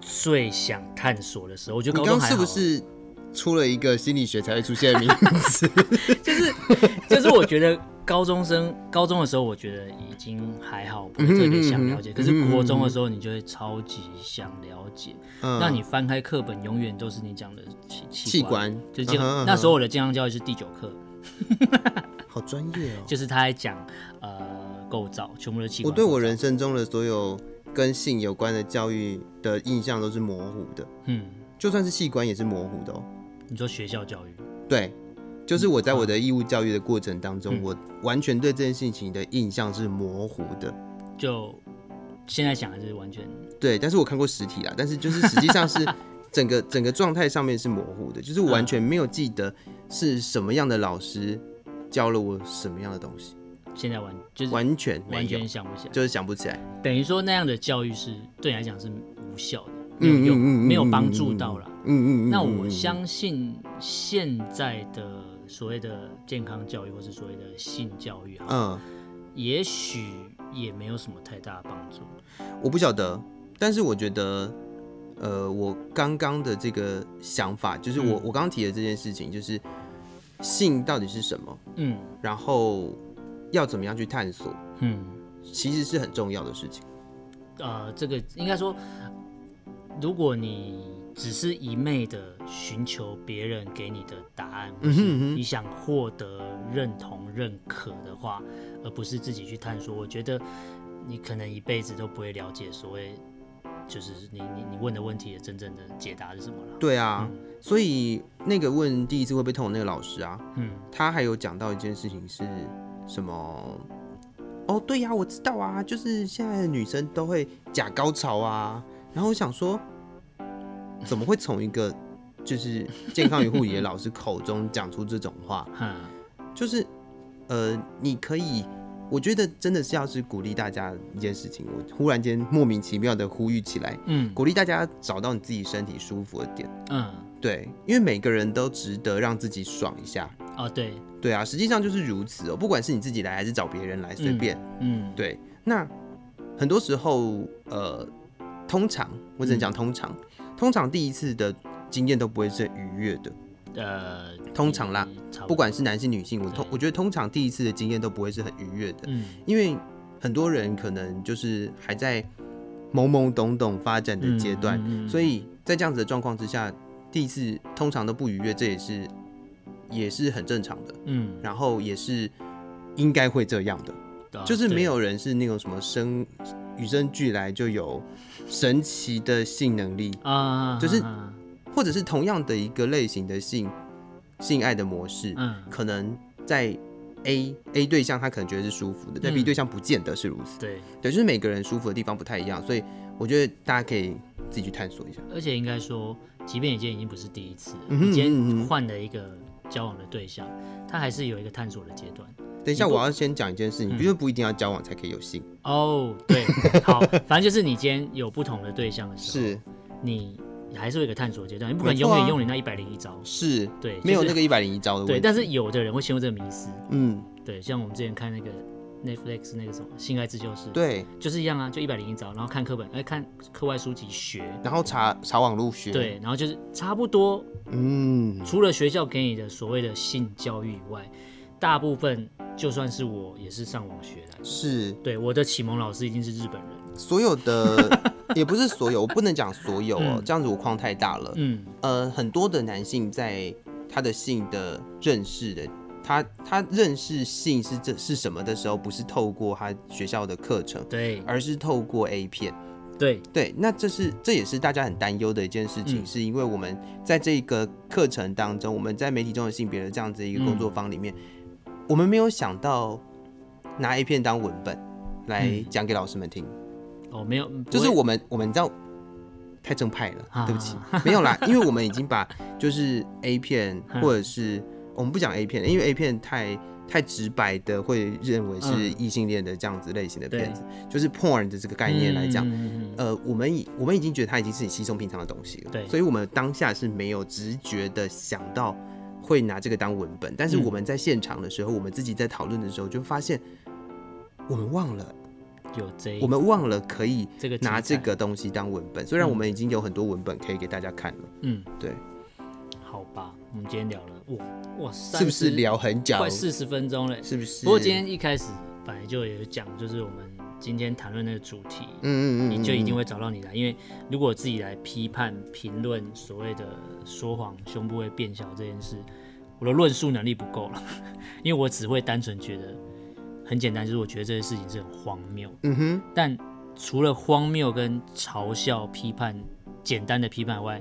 [SPEAKER 1] 最想探索的时候。我觉
[SPEAKER 3] 你
[SPEAKER 1] 得高
[SPEAKER 3] 刚
[SPEAKER 1] 中
[SPEAKER 3] 刚
[SPEAKER 1] 还
[SPEAKER 3] 是
[SPEAKER 1] 好
[SPEAKER 3] 不，是出了一个心理学才会出现的名词？
[SPEAKER 1] 就是我觉得高中生高中的时候，我觉得已经还好，不会特别想了解。
[SPEAKER 3] 嗯哼
[SPEAKER 1] 可是国中的时候，你就会超级想了解。
[SPEAKER 3] 嗯，
[SPEAKER 1] 那你翻开课本，永远都是你讲的器
[SPEAKER 3] 器
[SPEAKER 1] 器官
[SPEAKER 3] 官
[SPEAKER 1] 就健、
[SPEAKER 3] 嗯哼嗯哼
[SPEAKER 1] 那时候我的健康教育是第九课，
[SPEAKER 3] 好专业哦。
[SPEAKER 1] 就是他在讲呃构造，全部都是器官构造。
[SPEAKER 3] 我哦对我人生中的所有跟性有关的教育的印象都是模糊的，
[SPEAKER 1] 嗯，
[SPEAKER 3] 就算是器官也是模糊的哦。
[SPEAKER 1] 你说学校教育，
[SPEAKER 3] 对，就是我在我的义务教育的过程当中，
[SPEAKER 1] 嗯
[SPEAKER 3] 我完全对这件事情的印象是模糊的。
[SPEAKER 1] 就现在想的就是完全
[SPEAKER 3] 对，但是我看过实体啦，但是就是实际 上是整个整个状态上面是模糊的，就是我
[SPEAKER 1] 嗯
[SPEAKER 3] 完全没有记得是什么样的老师教了我什么样的东西，
[SPEAKER 1] 现在完就是
[SPEAKER 3] 完全没
[SPEAKER 1] 完
[SPEAKER 3] 有
[SPEAKER 1] 全，想不起来，
[SPEAKER 3] 就是想不起来。
[SPEAKER 1] 等于说那样的教育是对你来讲是无效的，没有用，没有帮助到啦。。
[SPEAKER 3] 嗯嗯嗯嗯嗯嗯嗯嗯嗯嗯嗯
[SPEAKER 1] 那我相信现在的所谓的健康教育，或是所谓的性教育，啊，
[SPEAKER 3] 嗯。
[SPEAKER 1] 也许也没有什么太大的帮助。
[SPEAKER 3] 我不晓得，但是我觉得，呃，我刚刚的这个想法，就是我、
[SPEAKER 1] 嗯
[SPEAKER 3] 我刚刚提的这件事情，就是性到底是什么，
[SPEAKER 1] 嗯
[SPEAKER 3] 然后要怎么样去探索，
[SPEAKER 1] 嗯。
[SPEAKER 3] 其实是很重要的事情。
[SPEAKER 1] 呃，这个应该说，如果你只是一昧的寻求别人给你的答案，或
[SPEAKER 3] 嗯
[SPEAKER 1] 是
[SPEAKER 3] 哼嗯哼
[SPEAKER 1] 你想获得认同、认可的话，而不是自己去探索，我觉得你可能一辈子都不会了解所谓就是你你你问的问题的真正的解答是什么了。
[SPEAKER 3] 对啊，所以那个问第一次会被痛的那个老师啊，
[SPEAKER 1] 嗯
[SPEAKER 3] 他还有讲到一件事情是什么？哦，对呀、我知道啊，就是现在的女生都会假高潮啊。然后我想说，怎么会从一个就是健康与护理的老师口中讲出这种话？
[SPEAKER 1] 哼
[SPEAKER 3] 就是呃，你可以，我觉得真的是要是鼓励大家一件事情，我忽然间莫名其妙的呼吁起来，
[SPEAKER 1] 嗯
[SPEAKER 3] 鼓励大家找到你自己身体舒服的点。
[SPEAKER 1] 嗯
[SPEAKER 3] 对，因为每个人都值得让自己爽一下。
[SPEAKER 1] 哦对
[SPEAKER 3] 对啊，实际上就是如此哦，不管是你自己来还是找别人来，随便。
[SPEAKER 1] 嗯
[SPEAKER 3] 对，那很多时候，呃，通常我只能讲通常，
[SPEAKER 1] 嗯
[SPEAKER 3] 通常第一次的经验都不会是愉悦的，
[SPEAKER 1] 呃
[SPEAKER 3] 通常啦，
[SPEAKER 1] 差
[SPEAKER 3] 不
[SPEAKER 1] 多
[SPEAKER 3] 管是男性女性，我通
[SPEAKER 1] 对
[SPEAKER 3] 我觉得通常第一次的经验都不会是很愉悦的，
[SPEAKER 1] 嗯
[SPEAKER 3] 因为很多人可能就是还在懵懵懂懂发展的阶段，
[SPEAKER 1] 嗯嗯嗯
[SPEAKER 3] 所以在这样子的状况之下，第一次通常都不愉悦，这也是也是很正常的。
[SPEAKER 1] 嗯
[SPEAKER 3] 然后也是应该会这样的，
[SPEAKER 1] 对啊
[SPEAKER 3] 就是没
[SPEAKER 1] 对
[SPEAKER 3] 有人是那种什么生与生俱来就有神奇的性能力，
[SPEAKER 1] 啊
[SPEAKER 3] 就是
[SPEAKER 1] 啊啊
[SPEAKER 3] 或者是同样的一个类型的性性爱的模式，
[SPEAKER 1] 嗯
[SPEAKER 3] 可能在 A A 对象他可能觉得是舒服的，在 B
[SPEAKER 1] 嗯
[SPEAKER 3] 对象不见得是如此，
[SPEAKER 1] 对。
[SPEAKER 3] 对，就是每个人舒服的地方不太一样，所以我觉得大家可以自己去探索一下。
[SPEAKER 1] 而且应该说，即便你今天已经不是第一次了，
[SPEAKER 3] 嗯哼
[SPEAKER 1] 你今
[SPEAKER 3] 嗯
[SPEAKER 1] 天
[SPEAKER 3] 哼
[SPEAKER 1] 换了一个交往的对象，他还是有一个探索的阶段。
[SPEAKER 3] 等一下
[SPEAKER 1] 你不嗯
[SPEAKER 3] 我要先讲一件事情，就是不一定要交往才可以有性，
[SPEAKER 1] 哦、对，好，反正就是你今天有不同的对象的时候，
[SPEAKER 3] 是
[SPEAKER 1] 你还是有一个探索阶段，你不可能
[SPEAKER 3] 没错
[SPEAKER 1] 永
[SPEAKER 3] 啊
[SPEAKER 1] 远用你那一百零一招。
[SPEAKER 3] 是，
[SPEAKER 1] 对就是
[SPEAKER 3] 没有那个一百零一招的问
[SPEAKER 1] 对，
[SPEAKER 3] 题，
[SPEAKER 1] 但是有的人会陷入这个迷思，
[SPEAKER 3] 嗯，
[SPEAKER 1] 对，像我们之前看那个 Netflix 那个什么《性爱自修室》，，
[SPEAKER 3] 对，
[SPEAKER 1] 就是一样啊，就一百零一招，然后看课本，哎、看课外书籍学，
[SPEAKER 3] 然后查查网路学，，
[SPEAKER 1] 对，然后就是差不多，
[SPEAKER 3] 嗯，
[SPEAKER 1] 除了学校给你的所谓的性教育以外，大部分就算是我也是上网学来的。
[SPEAKER 3] 是
[SPEAKER 1] 对，我的启蒙老师一定是日本人。
[SPEAKER 3] 所有 的，也不是所有，我不能讲所有哦，
[SPEAKER 1] 嗯
[SPEAKER 3] 这样子我框太大了。
[SPEAKER 1] 嗯，
[SPEAKER 3] 呃，很多的男性在他的性的认识的，他他认识性是这是什么的时候，不是透过他学校的课程，
[SPEAKER 1] 对
[SPEAKER 3] 而是透过 A 片。
[SPEAKER 1] 对，
[SPEAKER 3] 对，那这是这也是大家很担忧的一件事情，
[SPEAKER 1] 嗯
[SPEAKER 3] 是因为我们在这个课程当中，我们在媒体中的性别的这样子一个工
[SPEAKER 1] 嗯
[SPEAKER 3] 作坊里面，我们没有想到拿 A 片当文本来
[SPEAKER 1] 嗯
[SPEAKER 3] 讲给老师们听，
[SPEAKER 1] 哦，没有，
[SPEAKER 3] 就是
[SPEAKER 1] 不会
[SPEAKER 3] 我们我们这样太正派了，
[SPEAKER 1] 啊
[SPEAKER 3] 对不起，没有啦，因为我们已经把就是 A 片
[SPEAKER 1] 嗯
[SPEAKER 3] 或者是我们不讲 A 片，因为 A 片太。太直白的会认为是
[SPEAKER 1] 嗯
[SPEAKER 3] 异性恋的这样子类型的
[SPEAKER 1] 对
[SPEAKER 3] 片子，就是 porn 的这个概念来讲，
[SPEAKER 1] 嗯嗯嗯嗯
[SPEAKER 3] 呃，我们已我们已经觉得它已经是你稀松平常的东西了，
[SPEAKER 1] 对
[SPEAKER 3] 所以我们当下是没有直觉的想到会拿这个当文本，但是
[SPEAKER 1] 嗯
[SPEAKER 3] 我们在现场的时候，我们自己在讨论的时候，就发现我们忘了，
[SPEAKER 1] 嗯有这一
[SPEAKER 3] 我们忘了可以
[SPEAKER 1] 这个题
[SPEAKER 3] 拿这
[SPEAKER 1] 材
[SPEAKER 3] 个东西当文本，虽然我
[SPEAKER 1] 嗯
[SPEAKER 3] 们已经有很多文本可以给大家看了，
[SPEAKER 1] 嗯，
[SPEAKER 3] 对，
[SPEAKER 1] 好吧，我们今天聊了，哇哇，
[SPEAKER 3] 是不是
[SPEAKER 1] 30
[SPEAKER 3] 聊很久？
[SPEAKER 1] 快四十分钟了？
[SPEAKER 3] 是不是？
[SPEAKER 1] 不过今天一开始本来就有讲，就是我们今天谈论那个主题，
[SPEAKER 3] 嗯，嗯嗯嗯，
[SPEAKER 1] 你就一定
[SPEAKER 3] 会
[SPEAKER 1] 会找到你的，因为如果我自己来批判、评论所谓的说谎、胸部会变小这件事，我的论述能力不够了， 因为我只会单纯觉得很简单，就是我觉得这件事情是很荒谬。
[SPEAKER 3] 嗯哼，
[SPEAKER 1] 但除了荒谬跟嘲笑、批判、简单的批判外，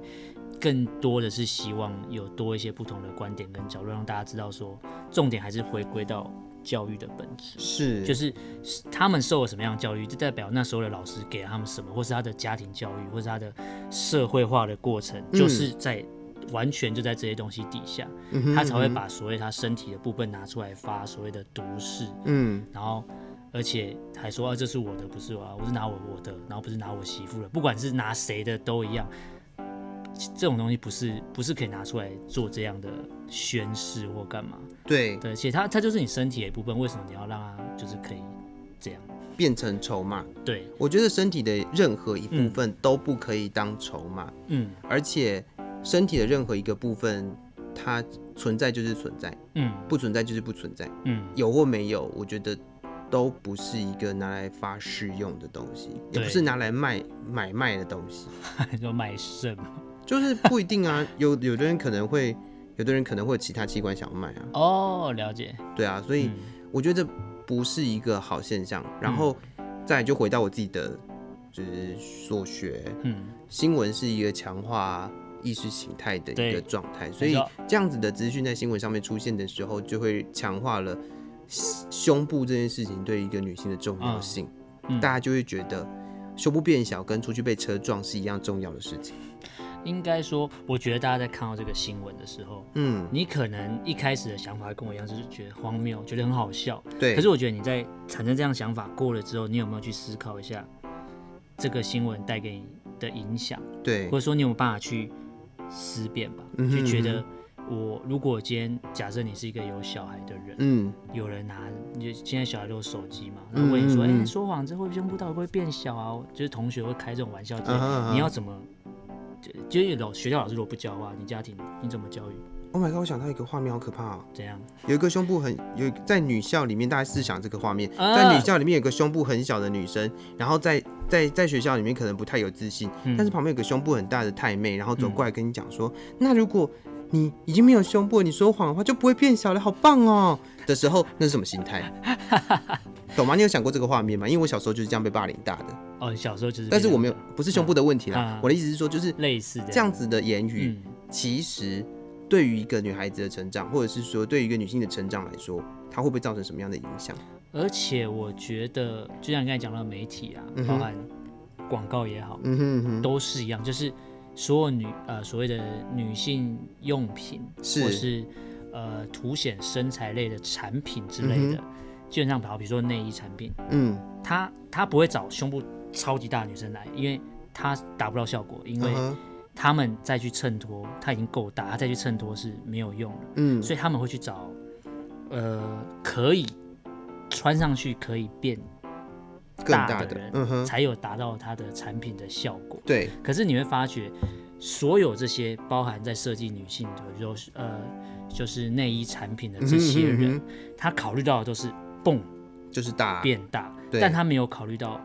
[SPEAKER 1] 更多的是希望有多一些不同的观点跟角度，让大家知道说，重点还是回归到教育的本质，
[SPEAKER 3] 是
[SPEAKER 1] 就是他们受了什么样的教育，就代表那时候的老师给了他们什么，或是他的家庭教育，或是他的社会化的过程，
[SPEAKER 3] 嗯
[SPEAKER 1] 就是在。完全就在这些东西底下，
[SPEAKER 3] 嗯
[SPEAKER 1] 他才会把所谓他身体的部分拿出来发所谓的毒誓，
[SPEAKER 3] 嗯
[SPEAKER 1] 然后而且还说啊，这是我的，不是我、啊，我是拿我我的，然后不是拿我媳妇的，不管是拿谁的都一样。这种东西不是不是可以拿出来做这样的宣誓或干嘛？
[SPEAKER 3] 对
[SPEAKER 1] 对，而且它它就是你身体的一部分，为什么你要让它就是可以这样？
[SPEAKER 3] 变成筹码，
[SPEAKER 1] 对，
[SPEAKER 3] 我觉得身体的任何一部分都不可以当筹码。
[SPEAKER 1] 嗯
[SPEAKER 3] 而且身体的任何一个部分，它存在就是存在，
[SPEAKER 1] 嗯
[SPEAKER 3] 不存在就是不存在，
[SPEAKER 1] 嗯，
[SPEAKER 3] 有或没有，我觉得都不是一个拿来发誓用的东西，也
[SPEAKER 1] 对
[SPEAKER 3] 不是拿来卖买卖的东西，
[SPEAKER 1] 就卖肾
[SPEAKER 3] 就是不一定 啊。有有的人可能会，有的人可能会有其他器官想卖啊，
[SPEAKER 1] 哦，了解，
[SPEAKER 3] 对啊，所以
[SPEAKER 1] 嗯
[SPEAKER 3] 我觉得这不是一个好现象。然后再来就回到我自己的。就是所学，
[SPEAKER 1] 嗯，
[SPEAKER 3] 新闻是一个强化意识形态的一
[SPEAKER 1] 对
[SPEAKER 3] 个状态，所以
[SPEAKER 1] 错
[SPEAKER 3] 这样子的资讯在新闻上面出现的时候，就会强化了胸胸部这件事情对一个女性的重要性，
[SPEAKER 1] 嗯
[SPEAKER 3] 大家就会觉得胸部变小跟出去被车撞是一样重要的事情。
[SPEAKER 1] 应该说，我觉得大家在看到这个新闻的时候，
[SPEAKER 3] 嗯，
[SPEAKER 1] 你可能一开始的想法跟我一样，就是觉得荒谬，觉得很好笑，
[SPEAKER 3] 对。
[SPEAKER 1] 可是我觉得你在产生这样想法过了之后，你有没有去思考一下这个新闻带给你的影响，
[SPEAKER 3] 对
[SPEAKER 1] 或者说你有没有办法去思辨吧？
[SPEAKER 3] 嗯哼
[SPEAKER 1] 就觉得我如果今天假设你是一个有小孩的人，
[SPEAKER 3] 嗯，
[SPEAKER 1] 有人拿就现在小孩都有手机嘛，然后问你说，哎、
[SPEAKER 3] 嗯嗯嗯
[SPEAKER 1] 说谎这会胸部到底会不会变小啊？就是同学会开这种玩笑之类，
[SPEAKER 3] 啊哈啊哈
[SPEAKER 1] 你要怎么？就就是老学校老师如果不教的话，你家庭你怎么教育？
[SPEAKER 3] Oh my god！我想到一个画面，好可怕哦。
[SPEAKER 1] 怎样？
[SPEAKER 3] 有一个胸部很有，在女校里面，大家试想这个画面，
[SPEAKER 1] 啊
[SPEAKER 3] 在女校里面有个胸部很小的女生，然后在在在学校里面可能不太有自信，
[SPEAKER 1] 嗯
[SPEAKER 3] 但是旁边有个胸部很大的太妹，然后走过来跟你讲说，那如果你已经没有胸部，你说谎的话就不会变小了，好棒哦的时候，那是什么心态？ 懂吗？你有想过这个画面吗？因为我小时候就是这样被霸凌大的，
[SPEAKER 1] 哦，你小时候就是，
[SPEAKER 3] 但是我没有，不是胸部的问题啦，
[SPEAKER 1] 啊
[SPEAKER 3] 我的意思是说，就是
[SPEAKER 1] 类似的
[SPEAKER 3] 这样子的言语，
[SPEAKER 1] 嗯
[SPEAKER 3] 其实对于一个女孩子的成长，或者是说对于一个女性的成长来说，它会不会造成什么样的影响？
[SPEAKER 1] 而且我觉得，就像你刚才讲到的媒体啊，
[SPEAKER 3] 嗯哼
[SPEAKER 1] 包含广告也好，
[SPEAKER 3] 嗯哼哼，
[SPEAKER 1] 都是一样，就是所有女呃所谓的女性用品，
[SPEAKER 3] 是
[SPEAKER 1] 或是呃凸显身材类的产品之类的，基本上好比如说内衣产品，
[SPEAKER 3] 嗯，
[SPEAKER 1] 它它不会找胸部超级大的女生来，因为它达不到效果，因为
[SPEAKER 3] 嗯哼
[SPEAKER 1] 他们再去衬托，它已经够大，它再去衬托是没有用的，
[SPEAKER 3] 嗯，
[SPEAKER 1] 所以他们会去找呃，可以穿上去可以变
[SPEAKER 3] 更
[SPEAKER 1] 大
[SPEAKER 3] 大
[SPEAKER 1] 的人，
[SPEAKER 3] 的，嗯哼，
[SPEAKER 1] 才有达到它的产品的效果。
[SPEAKER 3] 对，
[SPEAKER 1] 可是你会发觉，所有这些包含在设计女性的，就是呃，就是内衣产品的这些人，
[SPEAKER 3] 嗯哼
[SPEAKER 1] 他考虑到的都是蹦
[SPEAKER 3] 就是大，
[SPEAKER 1] 变大，
[SPEAKER 3] 啊对
[SPEAKER 1] 但他没有考虑到，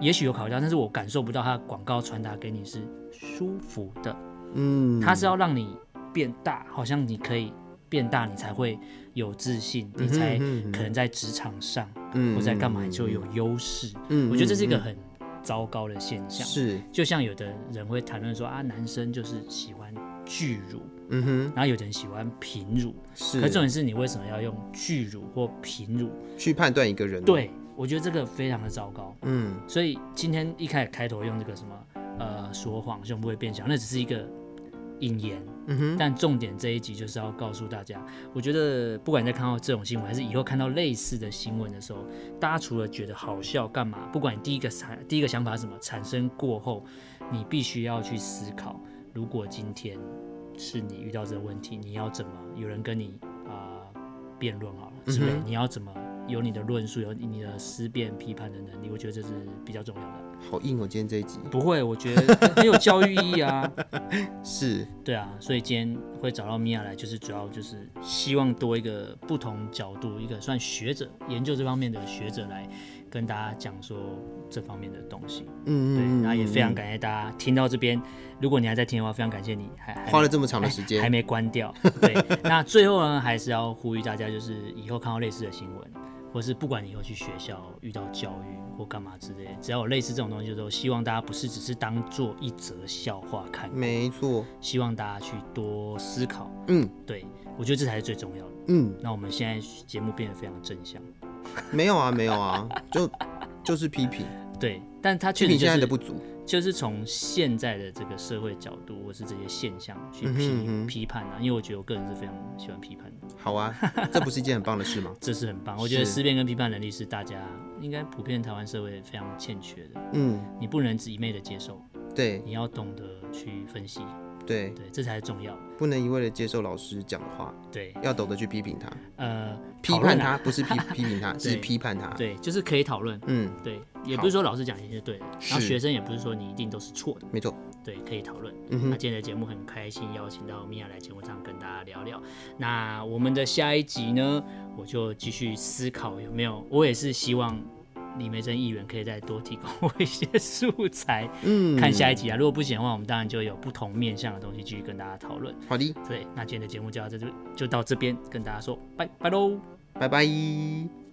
[SPEAKER 1] 也许有考虑到，但是我感受不到他广告传达给你是舒服的，
[SPEAKER 3] 嗯，
[SPEAKER 1] 他是要让你变大，好像你可以变大，你才会有自信，你才
[SPEAKER 3] 嗯哼嗯哼
[SPEAKER 1] 可能在职场上
[SPEAKER 3] 嗯
[SPEAKER 1] 或在干嘛
[SPEAKER 3] 嗯嗯
[SPEAKER 1] 就有优势。
[SPEAKER 3] 嗯
[SPEAKER 1] 我觉得这是一个
[SPEAKER 3] 嗯嗯
[SPEAKER 1] 很糟糕的现象。
[SPEAKER 3] 是，
[SPEAKER 1] 就像有的人会谈论说啊，男生就是喜欢巨乳，
[SPEAKER 3] 嗯哼，
[SPEAKER 1] 然后有的人喜欢平乳。
[SPEAKER 3] 是，
[SPEAKER 1] 可是重点是你为什么要用巨乳或平乳？
[SPEAKER 3] 去判断一个人，，
[SPEAKER 1] 对我觉得这个非常的糟糕。
[SPEAKER 3] 嗯，
[SPEAKER 1] 所以今天一开始开头用这个什么呃说谎胸部会变小，那只是一个引言。嗯哼，但重点这一集就是要告诉大家，我觉得不管你在看到这种新闻，还是以后看到类似的新闻的时候，大家除了觉得好笑干嘛，不管你第一个产第一个想法是什么，产生过后，你必须要去思考，如果今天是你遇到这个问题，你要怎么有人跟你啊、辩论好了，是不是？
[SPEAKER 3] 嗯哼
[SPEAKER 1] 你要怎么有你的论述，有你的思辨、批判的能力？我觉得这是比较重要的。
[SPEAKER 3] 好硬哦，今天这一集
[SPEAKER 1] 不会，我觉得很有教育意义啊。
[SPEAKER 3] 是，
[SPEAKER 1] 对啊，所以今天会找到米娅来，就是主要就是希望多一个不同角度，一个算学者研究这方面的学者来跟大家讲说这方面的东西。对，
[SPEAKER 3] 嗯
[SPEAKER 1] 然后也非常感谢大家听到这边，如果你还在听的话，非常感谢你，还还没
[SPEAKER 3] 花了这么长的时
[SPEAKER 1] 还还
[SPEAKER 3] 间，
[SPEAKER 1] 没关掉。 对，那最后呢，还是要呼吁大家，就是以后看到类似的新闻，或是不管你以后去学校遇到教育或干嘛之类的，只要有类似这种东西，都希望大家不是只是当做一则笑话看，
[SPEAKER 3] 没错，
[SPEAKER 1] 希望大家去多思考。
[SPEAKER 3] 嗯
[SPEAKER 1] 对我觉得这才是最重要的。
[SPEAKER 3] 嗯，
[SPEAKER 1] 那我们现在节目变得非常正向，
[SPEAKER 3] 没有啊，没有啊，就就是批评，
[SPEAKER 1] 对，但它
[SPEAKER 3] 批
[SPEAKER 1] 确实
[SPEAKER 3] 评
[SPEAKER 1] 就
[SPEAKER 3] 现在的
[SPEAKER 1] 是
[SPEAKER 3] 不足，
[SPEAKER 1] 就是从现在的这个社会角度，或是这些现象去
[SPEAKER 3] 嗯
[SPEAKER 1] 批、
[SPEAKER 3] 哼嗯哼
[SPEAKER 1] 批判啊，因为我觉得我个人是非常喜欢批判的。
[SPEAKER 3] 好啊，这不是一件很棒的事吗？
[SPEAKER 1] 这是很棒。我觉得
[SPEAKER 3] 是
[SPEAKER 1] 思辨跟批判能力是大家应该普遍台湾社会非常欠缺的。
[SPEAKER 3] 嗯，
[SPEAKER 1] 你不能只一昧的接受，
[SPEAKER 3] 对
[SPEAKER 1] 你要懂得去分析，
[SPEAKER 3] 对，
[SPEAKER 1] 对，这才是重要。
[SPEAKER 3] 不能一味的接受老师讲的话，
[SPEAKER 1] 对，
[SPEAKER 3] 要懂得去批评他，
[SPEAKER 1] 呃，
[SPEAKER 3] 批
[SPEAKER 1] 讨论
[SPEAKER 3] 判
[SPEAKER 1] 啊，
[SPEAKER 3] 他，不 是批批评他，是
[SPEAKER 1] 对
[SPEAKER 3] 批判他，
[SPEAKER 1] 对，就是可以讨论，
[SPEAKER 3] 嗯，
[SPEAKER 1] 对，也
[SPEAKER 3] 好
[SPEAKER 1] 不是说老师讲一定是对的，然后
[SPEAKER 3] 是
[SPEAKER 1] 学生也不是说你一定都是错的，
[SPEAKER 3] 没错，
[SPEAKER 1] 对，可以讨论。
[SPEAKER 3] 嗯
[SPEAKER 1] 那
[SPEAKER 3] 哼，
[SPEAKER 1] 今天的节目很开心，邀请到米娅来节目上跟大家聊聊。那我们的下一集呢，我就继续思考有没有，我也是希望李梅珍议员可以再多提供我一些素材，
[SPEAKER 3] 嗯，
[SPEAKER 1] 看下一集啊。如果不行的话，我们当然就有不同面向的东西继续跟大家讨论。
[SPEAKER 3] 好的，
[SPEAKER 1] 对，那今天的节目就到这就就到这边跟大家说拜拜喽。
[SPEAKER 3] 拜拜。